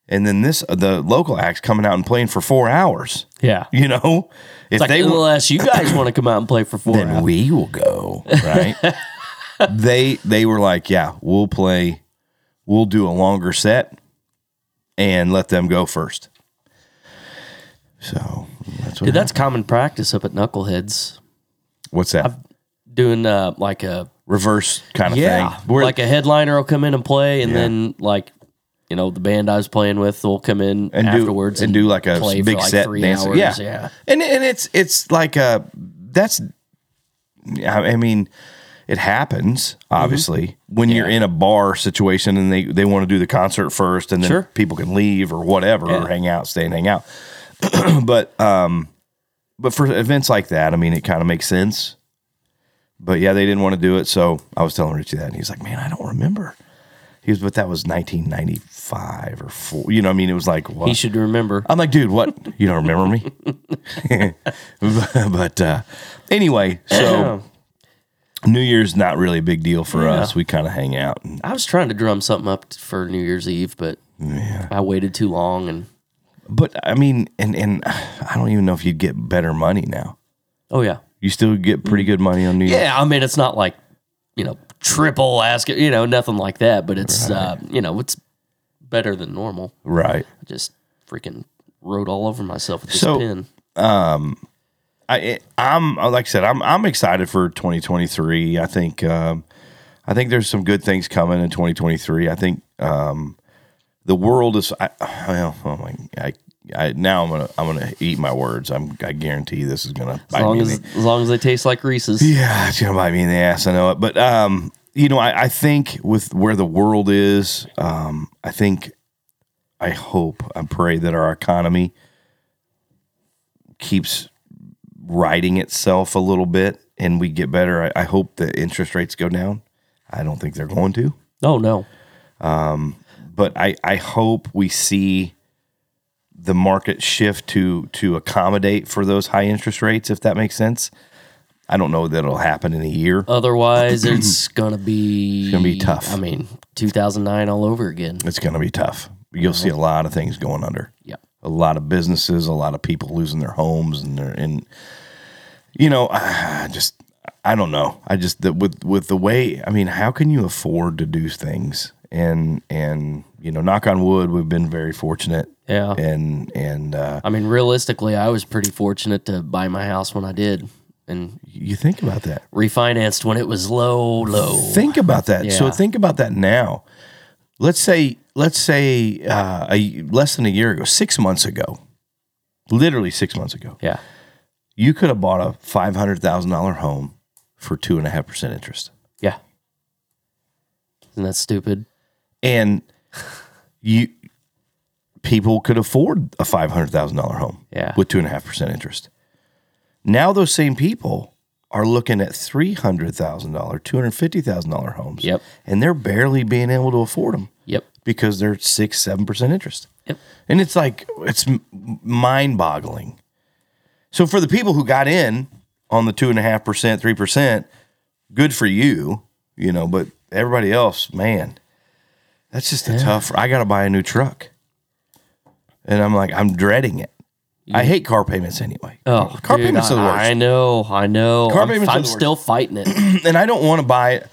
and then this the local act's coming out and playing for four hours Yeah. you know if Like, unless you guys want to come out and play for four then hours. we will go right they they were like yeah we'll play we'll do a longer set and let them go first so that's what Dude, that's common practice up at Knuckleheads. what's that Doing uh, like a reverse kind of thing Where- like a headliner will come in and play, and Yeah. then like you know the band I was playing with will come in and do- afterwards and do like a play for, big like, set three dance. hours. Yeah. Yeah. and and it's it's like a that's I I mean it happens Mm-hmm. obviously when you're in a bar situation and they they want to do the concert first and then Sure. people can leave or whatever Yeah. or hang out stay and hang out but um but for events like that I mean it kind of makes sense but yeah they didn't want to do it so I was telling Richie that and he's like man I don't remember he was but that was 1995 or 4 you know what I mean it was like what he should remember. I'm like, dude, what? You don't remember me? but uh, anyway, so New Year's not really a big deal for us. We kind of hang out. And, I was trying to drum something up t- for New Year's Eve, but I waited too long, and but I mean, and and I don't even know if you'd get better money now. oh yeah, You still get pretty good money on New Year's. yeah. I mean, it's not like you know triple ask, you know, nothing like that, but it's uh, you know it's better than normal. Right. I just freaking wrote all over myself with this So- pen. I it, I'm uh, like I said, I'm I'm excited for 2023. I think um, I think there's some good things coming in 2023. I think um, the world is I, well, oh my, I, I now I'm gonna I'm gonna eat my words. I'm I guarantee this is gonna As bite long me in as the- as long as they taste like Reese's, yeah, it's gonna bite me in the ass. I know it, but um, you know, I, I think with where the world is, um, I think, I hope, I pray that our economy keeps riding itself a little bit, and we get better. I, I hope the interest rates go down. I don't think they're going to oh no, but I, I hope we see the market shift to to accommodate for those high interest rates, if that makes sense. I don't know that it'll happen in a year. Otherwise, it's gonna be gonna be tough. I mean, 2009 all over again. It's going to be tough. You'll see a lot of things going under. Yep. a lot of businesses, a lot of people losing their homes, and they're in. You know, I just I don't know. I just that with with the way I mean, how can you afford to do things? And and you know, knock on wood, we've been very fortunate. Yeah. And and uh, I mean, realistically, I was pretty fortunate to buy my house when I did and you think about that. refinanced when it was low, low. Think about that. So Oh. Yeah. think about that now. Let's say let's say uh, a less than a year ago, six months ago, literally six months ago, Yeah. you could have bought a five hundred thousand dollar home for two and a half percent interest. Yeah. Isn't that stupid? and you people could afford a five hundred thousand dollar home Yeah. with two and a half percent interest. Now those same people are looking at three hundred thousand dollar, two hundred fifty thousand dollar homes. Yep. and they're barely being able to afford them Yep. because they're six seven percent interest. Yep. And it's like it's mind boggling. So for the people who got in on the two and a half percent, three percent, good for you, you know. But everybody else, man, that's just a tough. I got to buy a new truck, and I'm like, I'm dreading it. I hate car payments anyway. Oh, car dude, payments I, are the worst I know. I know. Car I'm, payments are I'm the worst. still fighting it. and I don't want to buy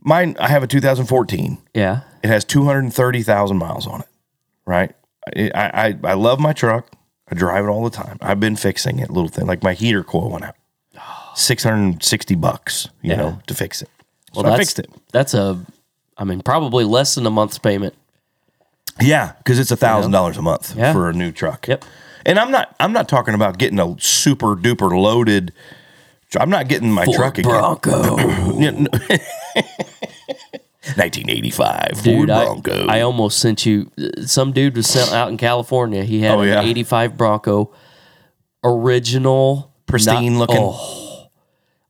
mine. I have a 2014. yeah. It has 230,000 miles on it, right? I, I I love my truck. I drive it all the time. I've been fixing it, little thing. Like my heater coil went out, 660 bucks, you Yeah. know, to fix it. So Well, I that's, fixed it. That's a, I mean, probably less than a month's payment. Yeah, because it's a thousand dollars a month Yeah. for a new truck. Yep. And I'm not I'm not talking about getting a super duper loaded. tr- I'm not getting my truck again. Bronco. Yeah, no- 1985 Ford dude, I, Bronco. I almost sent you. Some dude was sell- out in California. He had Oh, an yeah. 85 Bronco, original, Pristine not- looking. Oh,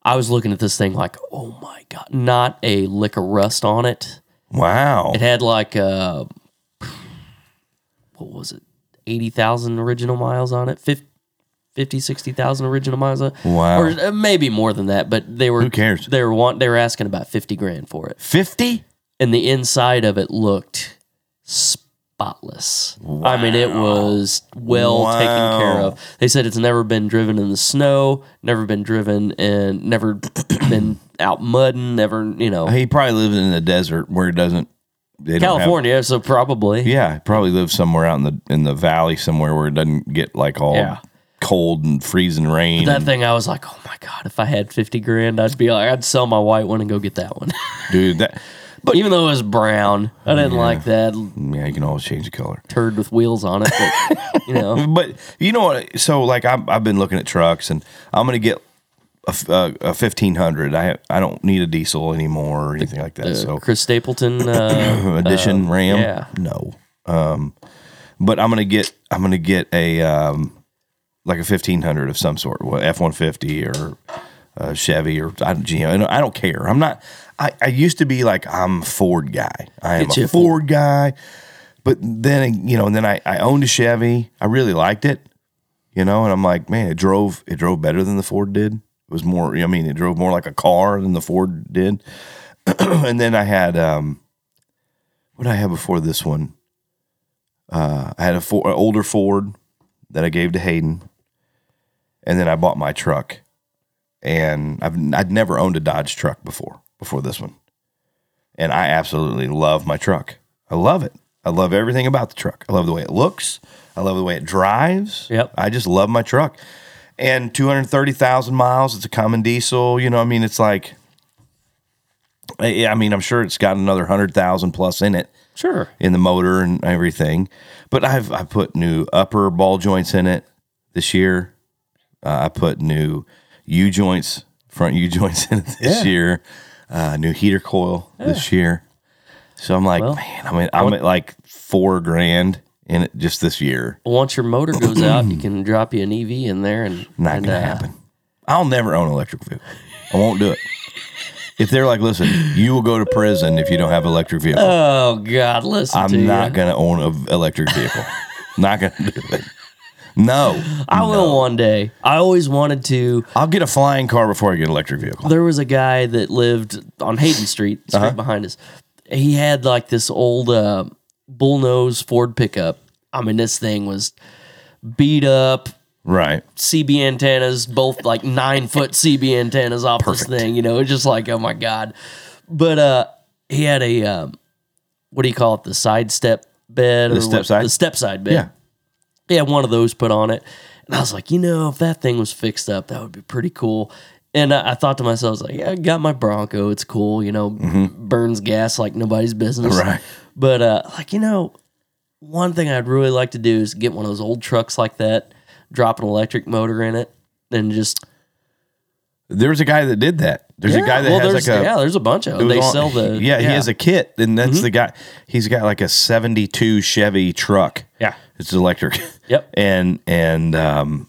I was looking at this thing like, oh my god, not a lick of rust on it. wow. It had like uh, what was it? Eighty thousand original miles on it. 50, 60,000 original miles. On it. Wow. Or uh, maybe more than that, but they were Who cares? They were want they were asking about 50 grand for it. 50? And the inside of it looked spotless. I mean, it was well Wow. taken care of. They said it's never been driven in the snow, never been driven and never been out mudding, never, you know. He probably lives in the desert where it doesn't. They don't have- California, so probably. yeah, he probably lives somewhere out in the in the valley somewhere where it doesn't get like all Yeah. cold and freezing rain. That and- thing, I was like, oh my god! If I had fifty grand, I'd be like, I'd sell my white one and go get that one. dude, that But even though it was brown, I didn't like that yeah, you can always change the color. turd with wheels on it. But, you know, But you know what? So like I'm, I've been looking at trucks, and I'm gonna get a, f- a- a 1500. I I don't need a diesel anymore or anything like that. so Chris Stapleton. Uh, edition RAM. yeah. No. Um, but I'm gonna get I'm gonna get a um, like a 1500 of some sort, F 150 or a Chevy or I don't, GM. I don't- I don't care. I'm not. I, I used to be like I'm a Ford guy. I am Get you a a Ford. Ford guy. But then you know, and then I, I owned a Chevy. I really liked it, you know, and I'm like, man, it drove it drove better than the Ford did. It was more. I mean, it drove more like a car than the Ford did. and then I had um, what did I have before this one? Uh, I had a Ford, an older Ford that I gave to Hayden, and then I bought my truck, and I've I'd never owned a Dodge truck before before this one, and I absolutely love my truck. I love it. I love everything about the truck. I love the way it looks. I love the way it drives. Yep. I just love my truck. And 230,000 miles, it's a common diesel, you know, I mean it's like I I mean, I'm sure it's got another 100,000 plus in it sure. in the motor and everything. But I've I put new upper ball joints in it this year. Uh, I put new U joints, front U joints in it this year. Uh, new heater coil this year. So I'm like, man, I mean, I'm at like four grand in it just this year. Once your motor goes out, you can drop you an EV in there, and Not and, gonna uh, happen. I'll never own an electric vehicle. I won't do it. if they're like, listen, you will go to prison if you don't have an electric vehicle. Oh God, listen to I'm not you. gonna own an electric vehicle. not gonna do it. No, I will one day. I always wanted to. I'll get a flying car before I get an electric vehicle. There was a guy that lived on Hayden Street, Uh-huh. the street behind us. He had like this old uh, bullnose Ford pickup, I mean, this thing was beat up, Right. CB antennas, both like nine foot CB antennas off Perfect. this thing. You know, it's just like, oh my God. But uh he had a um, what do you call it? The sidestep bed or The step what- side? The step side bed. Yeah. He had one of those put on it. And I was like, you know, if that thing was fixed up, that would be pretty cool. And I, I thought to myself, I was like, yeah, I got my Bronco. It's cool. You know, burns gas like nobody's business. Mm-hmm. Right. But uh, like, you know, one thing I'd really like to do is get one of those old trucks like that, drop an electric motor in it, and just There was a guy that did that. There's a guy that has there's, like a yeah, there's a bunch of it them. was They on- sell the Mm-hmm. yeah, he has a kit, and that's the guy. He's got like a '72 Chevy truck. Yeah. it's electric. Yep. and and um,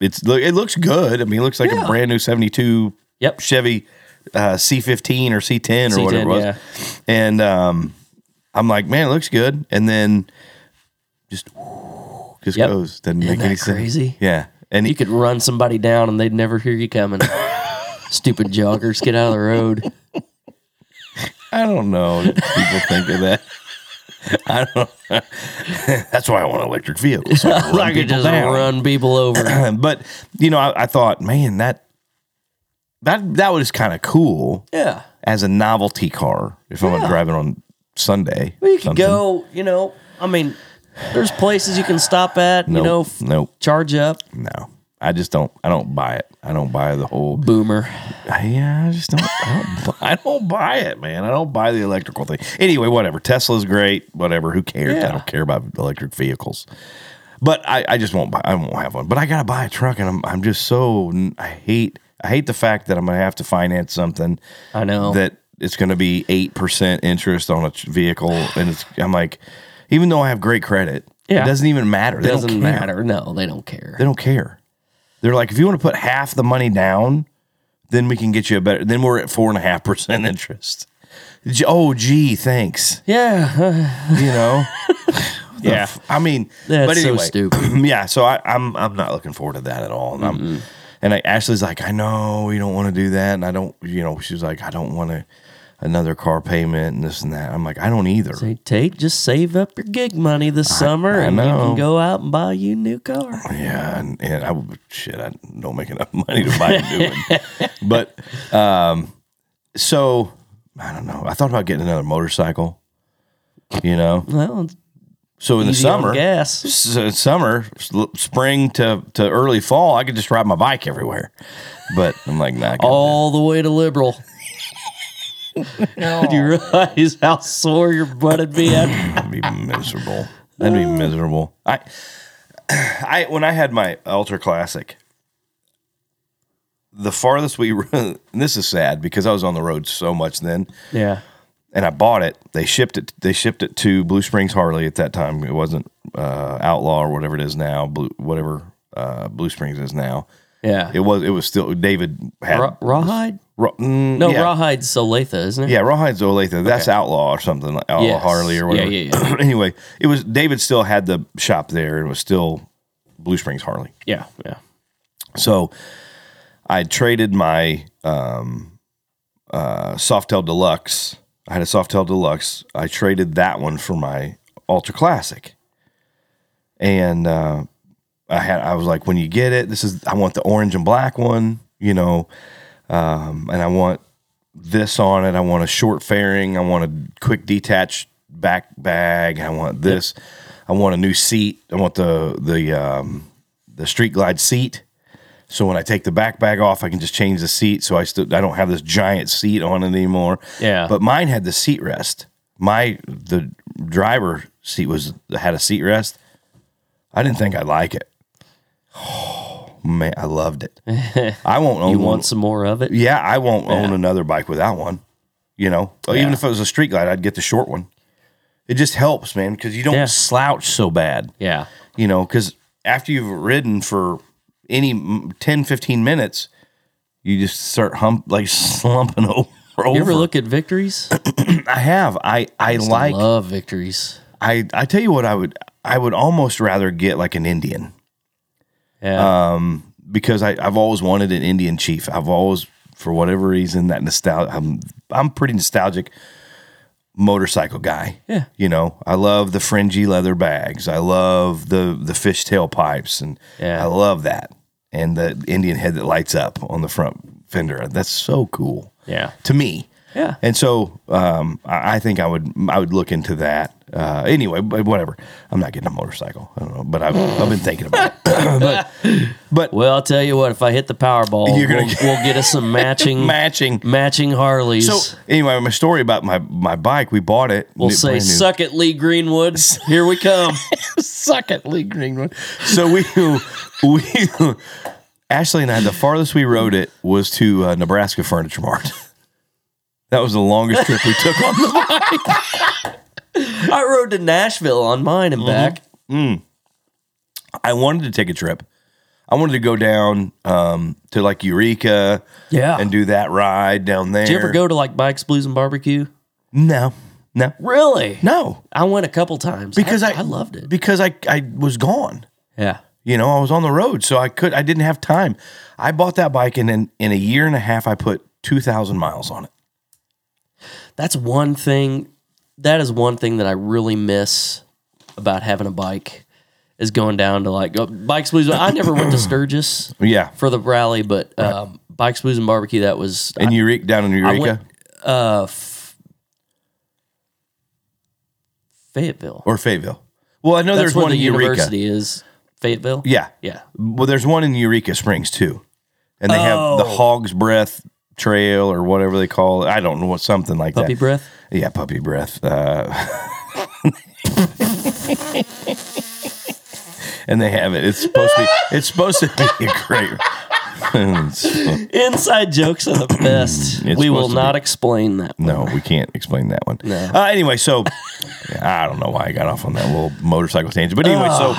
it's look it looks good. I mean, it looks like Yeah. a brand new '72 Yep. Chevy uh, C15 or C10 or C10, whatever it was. yeah. And um, I'm like, man, it looks good. And then just just Yep. goes. Doesn't Isn't make any that sense. crazy? Yeah, and You he, could run somebody down and they'd never hear you coming. Stupid joggers, get out of the road. I don't know. if People think of that. I don't. That's why I want an electric vehicle. So I can run I could people just down. run people over. but you know, I, I thought, man, that that that was kind of cool yeah. as a novelty car. If I'm gonna drive it on Sunday, Well, you could something. go, you know, I mean, there's places you can stop at, you Nope, know, f- nope, charge up. no. I just don't. I don't buy it. I don't buy the whole. Boomer. Yeah, I just don't. I don't, bu- I don't buy it, man. I don't buy the electrical thing. Anyway, whatever. Tesla's great. Whatever. Who cares? Yeah. I don't care about electric vehicles. But I, I just won't buy. I won't have one. But I gotta buy a truck, and I'm I'm just so I hate I hate the fact that I'm gonna have to finance something. I know. that it's going to be 8% interest on a ch- vehicle and it's i'm like even though i have great credit Yeah. it doesn't even matter they doesn't don't care. matter. No, they don't care. they don't care they're like if you want to put half the money down then we can get you a better then we're at 4.5% interest G- oh gee thanks yeah. you know Yeah. f- I mean That's but so anyway stupid. yeah so I, i'm i'm not looking forward to that at all and i'm and I, ashley's like i know you don't want to do that and i don't you know she was like i don't want to another car payment and this and that i'm like i don't either Say, Tate, just save up your gig money this summer I and you know. can go out and buy you a new car. yeah and, and i would- shit i don't make enough money to buy a new one but um so i don't know i thought about getting another motorcycle you know Well, it's so in the easy on summer gas. s- uh, summer, s- spring to, to early fall, I could just ride my bike everywhere. But I'm like, nah, I can't do All the way to liberal. Did you realize how sore your butt would be that. at? I'd be miserable. That'd be miserable. I, I when I had my Ultra Classic, the farthest we ru- and this is sad because I was on the road so much then, Yeah. and I bought it. They shipped it. They shipped it to Blue Springs Harley at that time. It wasn't uh, Outlaw or whatever it is now. Blue whatever uh, Blue Springs is now. Yeah. It was. It was still David had Ra- rawhide? Ra- mm, No, yeah. Rawhide's Olathe, isn't it? Yeah, Rawhide's Olathe. That's Outlaw or something, like Outlaw Yes. Harley or whatever. Yeah, yeah, anyway, it was David still had the shop there and it was still Blue Springs Harley. Yeah. Yeah. So I traded my um, uh, Softail Deluxe. I had a Softail Deluxe. I traded that one for my Ultra Classic, and uh, I had I was like, when you get it, this is I want the orange and black one, you know, um, and I want this on it. I want a short fairing. I want a quick detach back bag. I want this. I want a new seat. I want the the um, the Street Glide seat. So when I take the back bag off, I can just change the seat. So I still I don't have this giant seat on it anymore. Yeah. But mine had the seat rest. My the driver seat was had a seat rest. I didn't think I'd like it. Oh man, I loved it. I won't own You one. want some more of it? Yeah, I won't own another bike without one. You know, Or even if it was a street glide, I'd get the short one. It just helps, man, because you don't Yeah. slouch so bad Yeah. you know, because after you've ridden for any m- 10, 15 minutes, you just start hump like slumping over. You ever look at victories? I have. I I like. love victories. I I tell you what. I would. I would almost rather get like an Indian uh, Yeah. because I I've always wanted an Indian chief. I've always for whatever reason that nostalgia. I'm I'm pretty nostalgic. motorcycle guy. Yeah. You know, I love the fringy leather bags. I love the the fishtail pipes and Yeah. I love that. And the Indian head that lights up on the front fender. That's so cool Yeah. to me. Yeah. And so um, I, I think I would I would look into that. Uh, anyway, but whatever. I'm not getting a motorcycle. I don't know, but I've, I've been thinking about it. but but Well, I'll tell you what. If I hit the Powerball, You're gonna we'll, get- we'll get us some matching matching. matching Harleys. So anyway, my story about my my bike. We bought it. we'll say, "Suck it, Lee Greenwood. Here we come." suck at Lee Greenwood. So we we Ashley and I the farthest we rode it was to uh, Nebraska Furniture Mart. That was the longest trip we took on the I rode to Nashville on mine and Mm-hmm. back. I wanted to take a trip. I wanted to go down um, to like Eureka Yeah. and do that ride down there. Did you ever go to like Bikes, Blues, and Barbecue? No, no, Really? no. I went a couple times Because I, I loved it. Because I I was gone. Yeah. You know, I was on the road, so I could I didn't have time. I bought that bike, and in, in a year and a half, I put two thousand miles on it. That's one thing. That is one thing that I really miss about having a bike is going down to like uh, bikes, blues. I never went to Sturgis Yeah, for the rally, but um, bikes, blues, and barbecue. That was in Eureka, down in I Eureka. went, uh, f- Fayetteville. or Fayetteville. Well, I know there's That's one where in the Eureka. university is. Fayetteville. Yeah. yeah. Well, there's one in Eureka Springs too, and they have the Oh. Hog's Breath Trail or whatever they call it. I don't know what something like Puppy that. breath. Yeah, puppy breath. Uh, and they have it. It's supposed to be. It's supposed to be a great. Inside jokes are the best. It's we will supposed to not explain that. No, we can't explain that one. Uh, anyway, so I don't know why I got off on that little motorcycle tangent, but anyway, so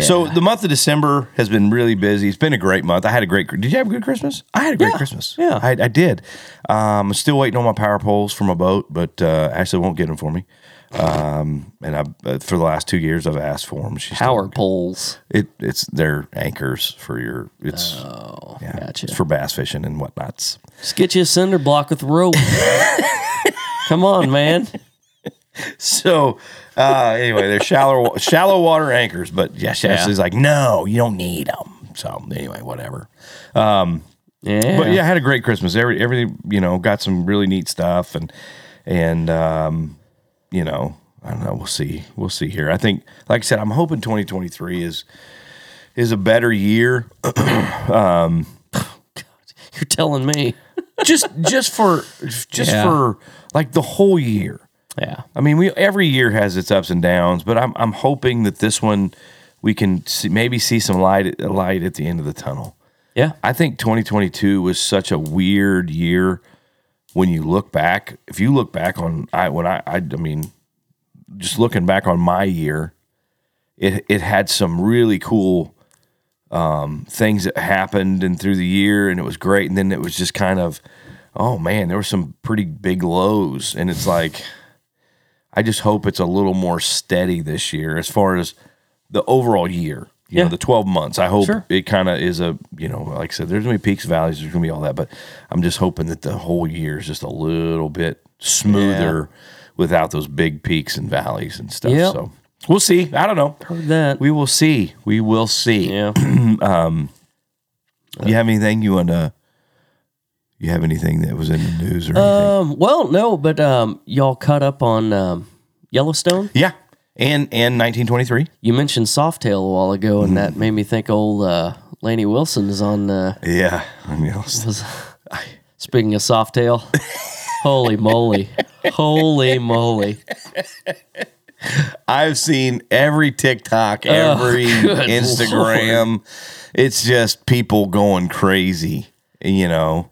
so the month of December has been really busy. It's been a great month. I had a great. Did you have a good Christmas? I had a great Christmas. yeah. I, I did. Um, still waiting on my power poles for my boat, but uh, Ashley won't get them for me. Um, and I uh, for the last two years I've asked for them. She's Power poles. It it's their anchors for your. It's yeah, Oh, gotcha. it's for bass fishing and whatnots. Just get you a cinder block with rope. Come on, man. So uh, anyway, they're shallow shallow water anchors, but yeah, Ashley's like, no, you don't need them. So anyway, whatever. Yeah. But yeah, I had a great Christmas. Every everything, you know, got some really neat stuff, and and um, you know, I don't know. We'll see. We'll see here. I think, like I said, I'm hoping 2023 is is a better year. You're telling me. just just for just Yeah. for like the whole year. Yeah. I mean, we every year has its ups and downs, but I'm I'm hoping that this one we can see, maybe see some light light at the end of the tunnel. Yeah. I think 2022 was such a weird year when you look back. If you look back on I when I I, I mean, just looking back on my year, it it had some really cool um, things that happened and through the year, and it was great. And then it was just kind of, oh man, there were some pretty big lows, and it's like. I just hope it's a little more steady this year as far as the overall year. You Yeah. know, the 12 months. I hope Sure. it kind of is a, you know, like I said, there's going to be peaks, valleys, there's going to be all that. But I'm just hoping that the whole year is just a little bit smoother without those big peaks and valleys and stuff. Yep. So we'll see. I don't know. Heard that. We will see. We will see. yeah. You have anything you want to, you have anything that was in the news or anything? Um, well, no, but um, y'all caught up on um, Yellowstone. yeah. And, and 1923. You mentioned Softail a while ago, and that made me think old uh, Laney Wilson is on. Uh, Yeah. I mean, I'll- was, speaking of Softail, holy moly, holy moly! I've seen every TikTok, every good Instagram. It's just people going crazy, you know.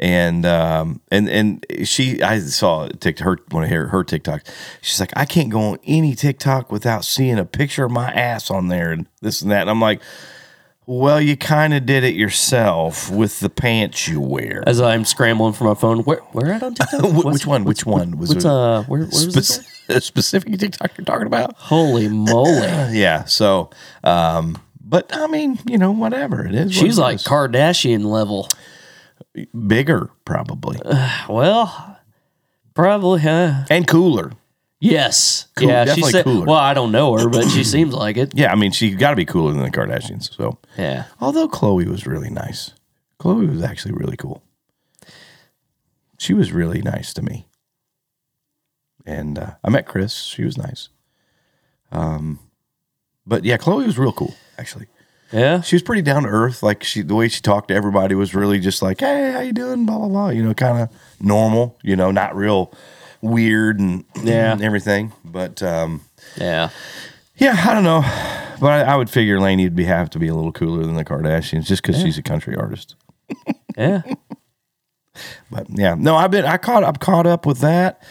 And um and and she I saw a tick her when I hear her TikTok. She's like, I can't go on any TikTok without seeing a picture of my ass on there and this and that. And I'm like, well, you kind of did it yourself with the pants you wear. As I'm scrambling for my phone, where where at on TikTok? Wh- What's- which one? Uh, Which one was What's it? uh? Where, where was this? Spec- a specific TikTok you're talking about? Holy moly! Yeah. So, um, but I mean, you know, whatever it is, what She's it like is. Kardashian level. bigger, probably. Well, Probably, huh? and cooler. Yes. Cool- yeah, she definitely said. cooler. Well, I don't know her, but she seems like it. Yeah, I mean, she got to be cooler than the Kardashians. So, Yeah. although Chloe was really nice, Chloe was actually really cool. She was really nice to me, and uh, I met Chris. She was nice. Um, but yeah, Chloe was real cool. Actually, Yeah. she was pretty down to earth. Like she, the way she talked to everybody was really just like, "Hey, how you doing?" Blah blah blah. You know, kind of normal. You know, not real weird and Yeah. and everything. But um, Yeah. yeah, I don't know, but I, I would figure Lainey would be have to be a little cooler than the Kardashians just because she's a country artist. Yeah. But yeah, no, I've been I caught I'm caught up with that.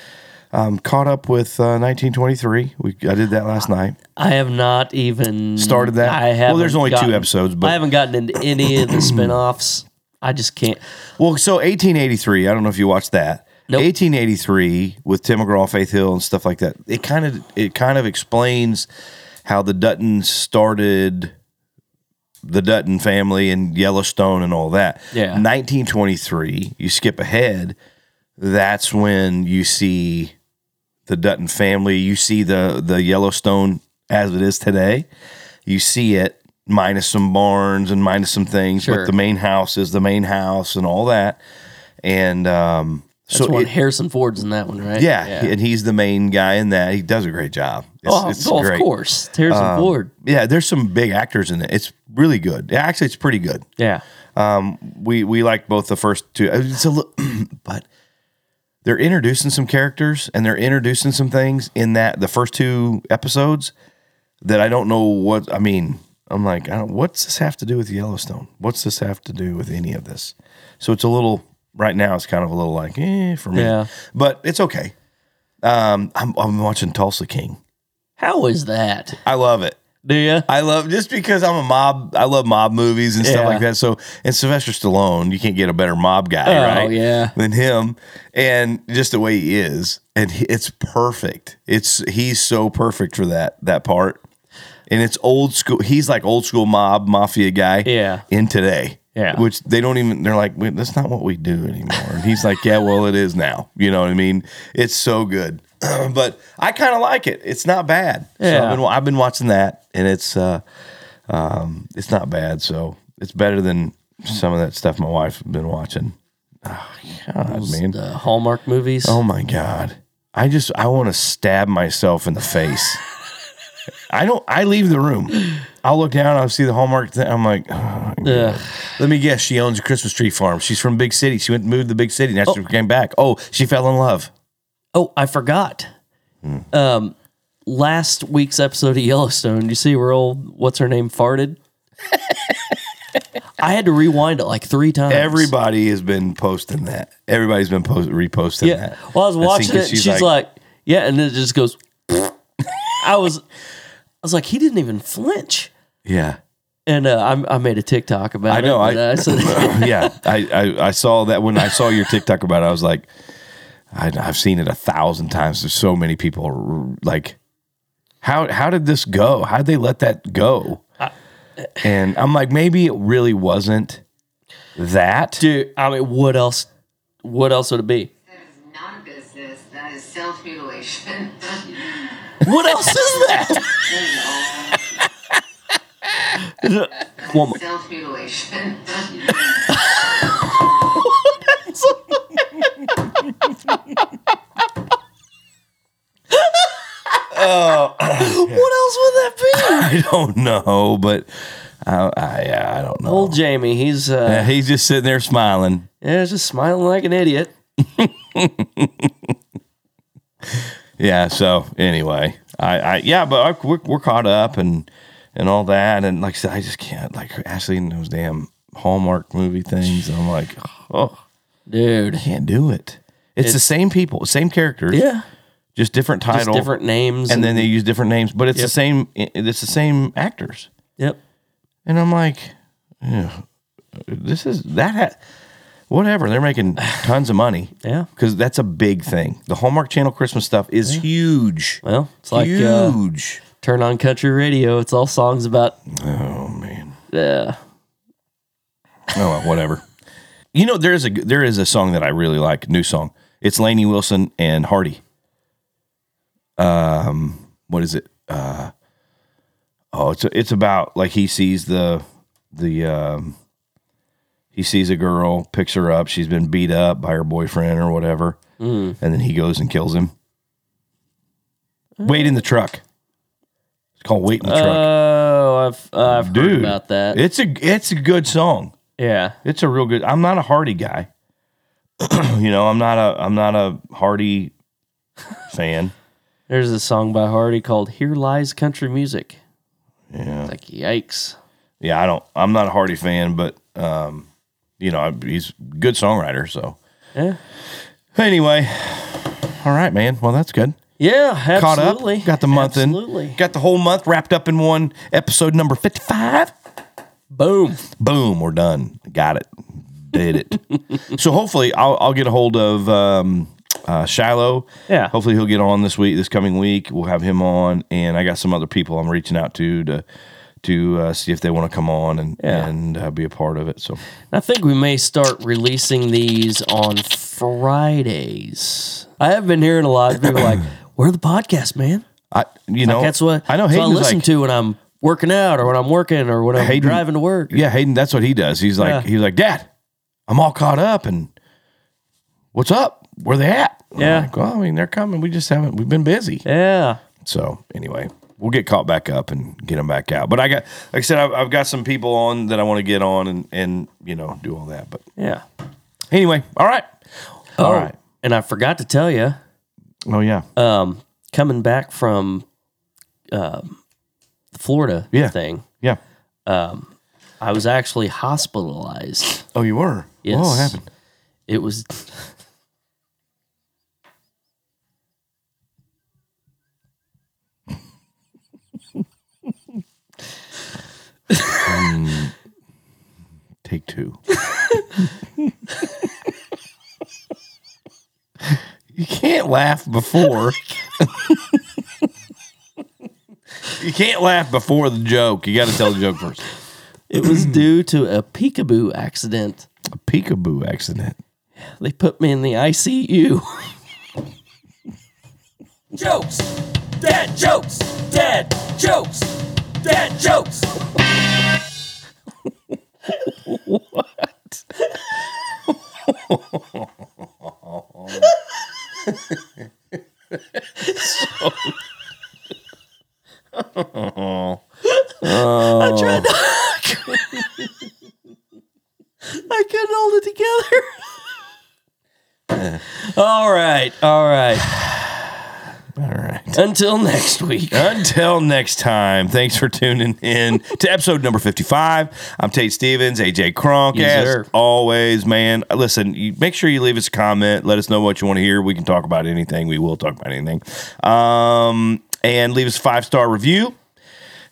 Um, caught up with uh, 1923. We I did that last night. I have not even Started that? I Well, have. there's only two episodes, but- I haven't gotten into any of the spinoffs. I just can't. Well, so 1883. I don't know if you watched that. Nope. 1883 with Tim McGraw, Faith Hill, and stuff like that. It kind of it kind of explains how the Duttons started the Dutton family and Yellowstone and all that. Yeah. 1923. You skip ahead. That's when you see the Dutton family. You see the the Yellowstone as it is today. You see it minus some barns and minus some things, Sure. but the main house is the main house and all that. And um, That's so one it- Harrison Ford's in that one, right? yeah, and he's the main guy in that. He does a great job. It's, oh, it's well, great. Um, of course, it's Harrison Ford. Yeah, there's some big actors in it. It's really good. Yeah, Actually, it's pretty good. Yeah. We we liked both the first two. It's a little, but they're introducing some characters and they're introducing some things in that the first two episodes that I don't know what I mean. I'm like, I don't, what's this have to do with Yellowstone? What's this have to do with any of this? So it's a little right now. It's kind of a little like eh for me, Yeah. but it's okay. Um, I'm, I'm watching Tulsa King. How is that? I love it. Do you? I love just because I'm a mob. I love mob movies and stuff Yeah. like that. So and Sylvester Stallone, you can't get a better mob guy, Oh, right? yeah. than him, and just the way he is, and he, it's perfect. It's he's so perfect for that that part, and it's old school. He's like old school mob mafia guy, Yeah. in today. Yeah. Which they don't even, they're like, "Wait, that's not what we do anymore. And he's like, yeah, well, it is now. You know what I mean? It's so good. but I kind of like it. It's not bad. So Yeah. I've been, I've been watching that and it's, uh, um, it's not bad. So it's better than some of that stuff my wife's been watching. Oh, God, man. The Hallmark movies. Oh my God. I just, I want to stab myself in the face. I don't, I leave the room. I'll look down, I'll see the Hallmark thing. I'm like, Ugh. let me guess. She owns a Christmas tree farm. She's from big city. She went and moved to the big city. Now she came back. Oh, she fell in love. Oh, I forgot. Hmm. Um, last week's episode of Yellowstone, you see where old what's her name farted. I had to rewind it like three times. Everybody has been posting that. Everybody's been post- reposting yeah. that. Well, I was I've seen watching 'cause it. and She's, like, yeah, and then it just goes. I was, I was like, he didn't even flinch. yeah, And And uh, I, I made a TikTok about I it. know, but I- I said, yeah. I, I I saw that when I saw your TikTok about it. I was like, I, I've seen it a thousand times. There's so many people are, like, how how did this go? How did they let that go? And I'm like, maybe it really wasn't that. dude, I mean, what else? What else would it be? That is not business. That is self mutilation. What else is that? Woman. self mutilation. What else would that be? I don't know, but I I, I don't know. Old Jamie, he's Yeah, uh, he's just sitting there smiling. yeah, just smiling like an idiot. Yeah. So anyway, I, I yeah, but I, we're, we're caught up and and all that, and like I said, I just can't like Ashley and those damn Hallmark movie things. I'm like, oh, Dude. can't do it. It's, the same people, same characters, Yeah. just different title, Just different names. and then they use different names, but it's the Yep. same. It's the same actors. Yep. And I'm like, "Ugh, this is that. Ha- whatever. They're making tons of money. Yeah. Because that's a big thing. The Hallmark Channel Christmas stuff is huge. Well, it's like uh, huge. turn on country radio. It's all songs about oh, man. uh, Oh, well, whatever. You know, there is a there is a song that I really like, new song. It's Laney Wilson and Hardy. Um, what is it? Uh, oh, it's it's about like he sees the the um, he sees a girl, picks her up. She's been beat up by her boyfriend or whatever, and then he goes and kills him. Wait in the truck. It's called Wait in the Truck. Oh, I've I've heard about that. It's a it's a good song. yeah, It's a real good. I'm not a Hardy guy. you know, I'm not a I'm not a Hardy fan. there's a song by Hardy called "Here Lies Country Music." Yeah, Like yikes! yeah. I don't. I'm not a Hardy fan, but um, you know, I, he's a good songwriter. So Yeah, anyway, all right, man. Well, that's good. yeah, Caught absolutely. up. Got the month absolutely. in. Got the whole month wrapped up in one episode number 55. Boom. boom, we're done. Got it. Did it. so hopefully I'll, I'll get a hold of um, uh, Shiloh. Yeah. Hopefully he'll get on this week, this coming week. We'll have him on, and I got some other people I'm reaching out to to to uh, see if they want to come on and Yeah. and uh, be a part of it. So I think we may start releasing these on Fridays. I have been hearing a lot of people like, "Where are the podcasts, man?" I, you know, That's what I know. that's what Hayden I listen to when I'm working out or when I'm working or when I'm Hayden- driving to work. Yeah, Hayden. That's what he does. He's like Yeah. he's like Dad. I'm all caught up and what's up? Where they at? And I'm Yeah. like, well, I mean, they're coming. We just haven't. We've been busy. Yeah. So anyway, we'll get caught back up and get them back out. But I got, like I said, I've, I've got some people on that I want to get on and and you know do all that. But Yeah. anyway, all right, all Oh, right. And I forgot to tell you, Oh yeah, um, coming back from um, the Florida Yeah. thing, yeah. I was actually hospitalized. Oh, you were. Yes. Oh, what happened? It was. Take two. you can't laugh before. you can't laugh before the joke. You got to tell the joke first. It was due to a peekaboo accident. A peekaboo accident. They put me in the ICU. jokes, dad jokes, dad jokes, dad jokes. what? I tried to. I couldn't hold it together. All right, all right. All right. Until next week. Until next time, thanks for tuning in to episode number 55. I'm Tate Stevens, AJ Kronk. Yes, as sir. always, man, Uh, listen, you, make sure you leave us a comment. Let us know what you want to hear. We can talk about anything. We will talk about anything. Um, and leave us a five star review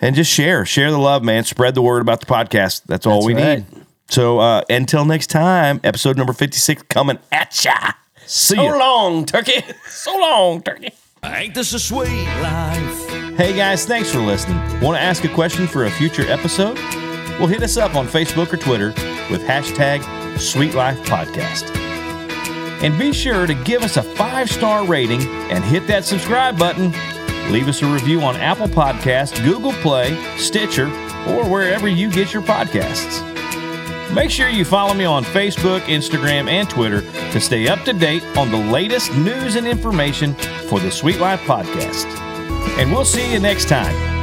and just share. Share the love, man. Spread the word about the podcast. That's all That's we right. need. So uh, until next time, episode number 56 coming at ya. See ya. So long, turkey. So long, turkey. Ain't this a sweet life? Hey guys, thanks for listening. Want to ask a question for a future episode? Well, hit us up on Facebook or Twitter with hashtag SweetLifePodcast. And be sure to give us a five star rating and hit that subscribe button. Leave us a review on Apple Podcasts, Google Play, Stitcher, or wherever you get your podcasts. Make sure you follow me on Facebook, Instagram, and Twitter to stay up to date on the latest news and information for the Sweet Life Podcast and we'll see you next time.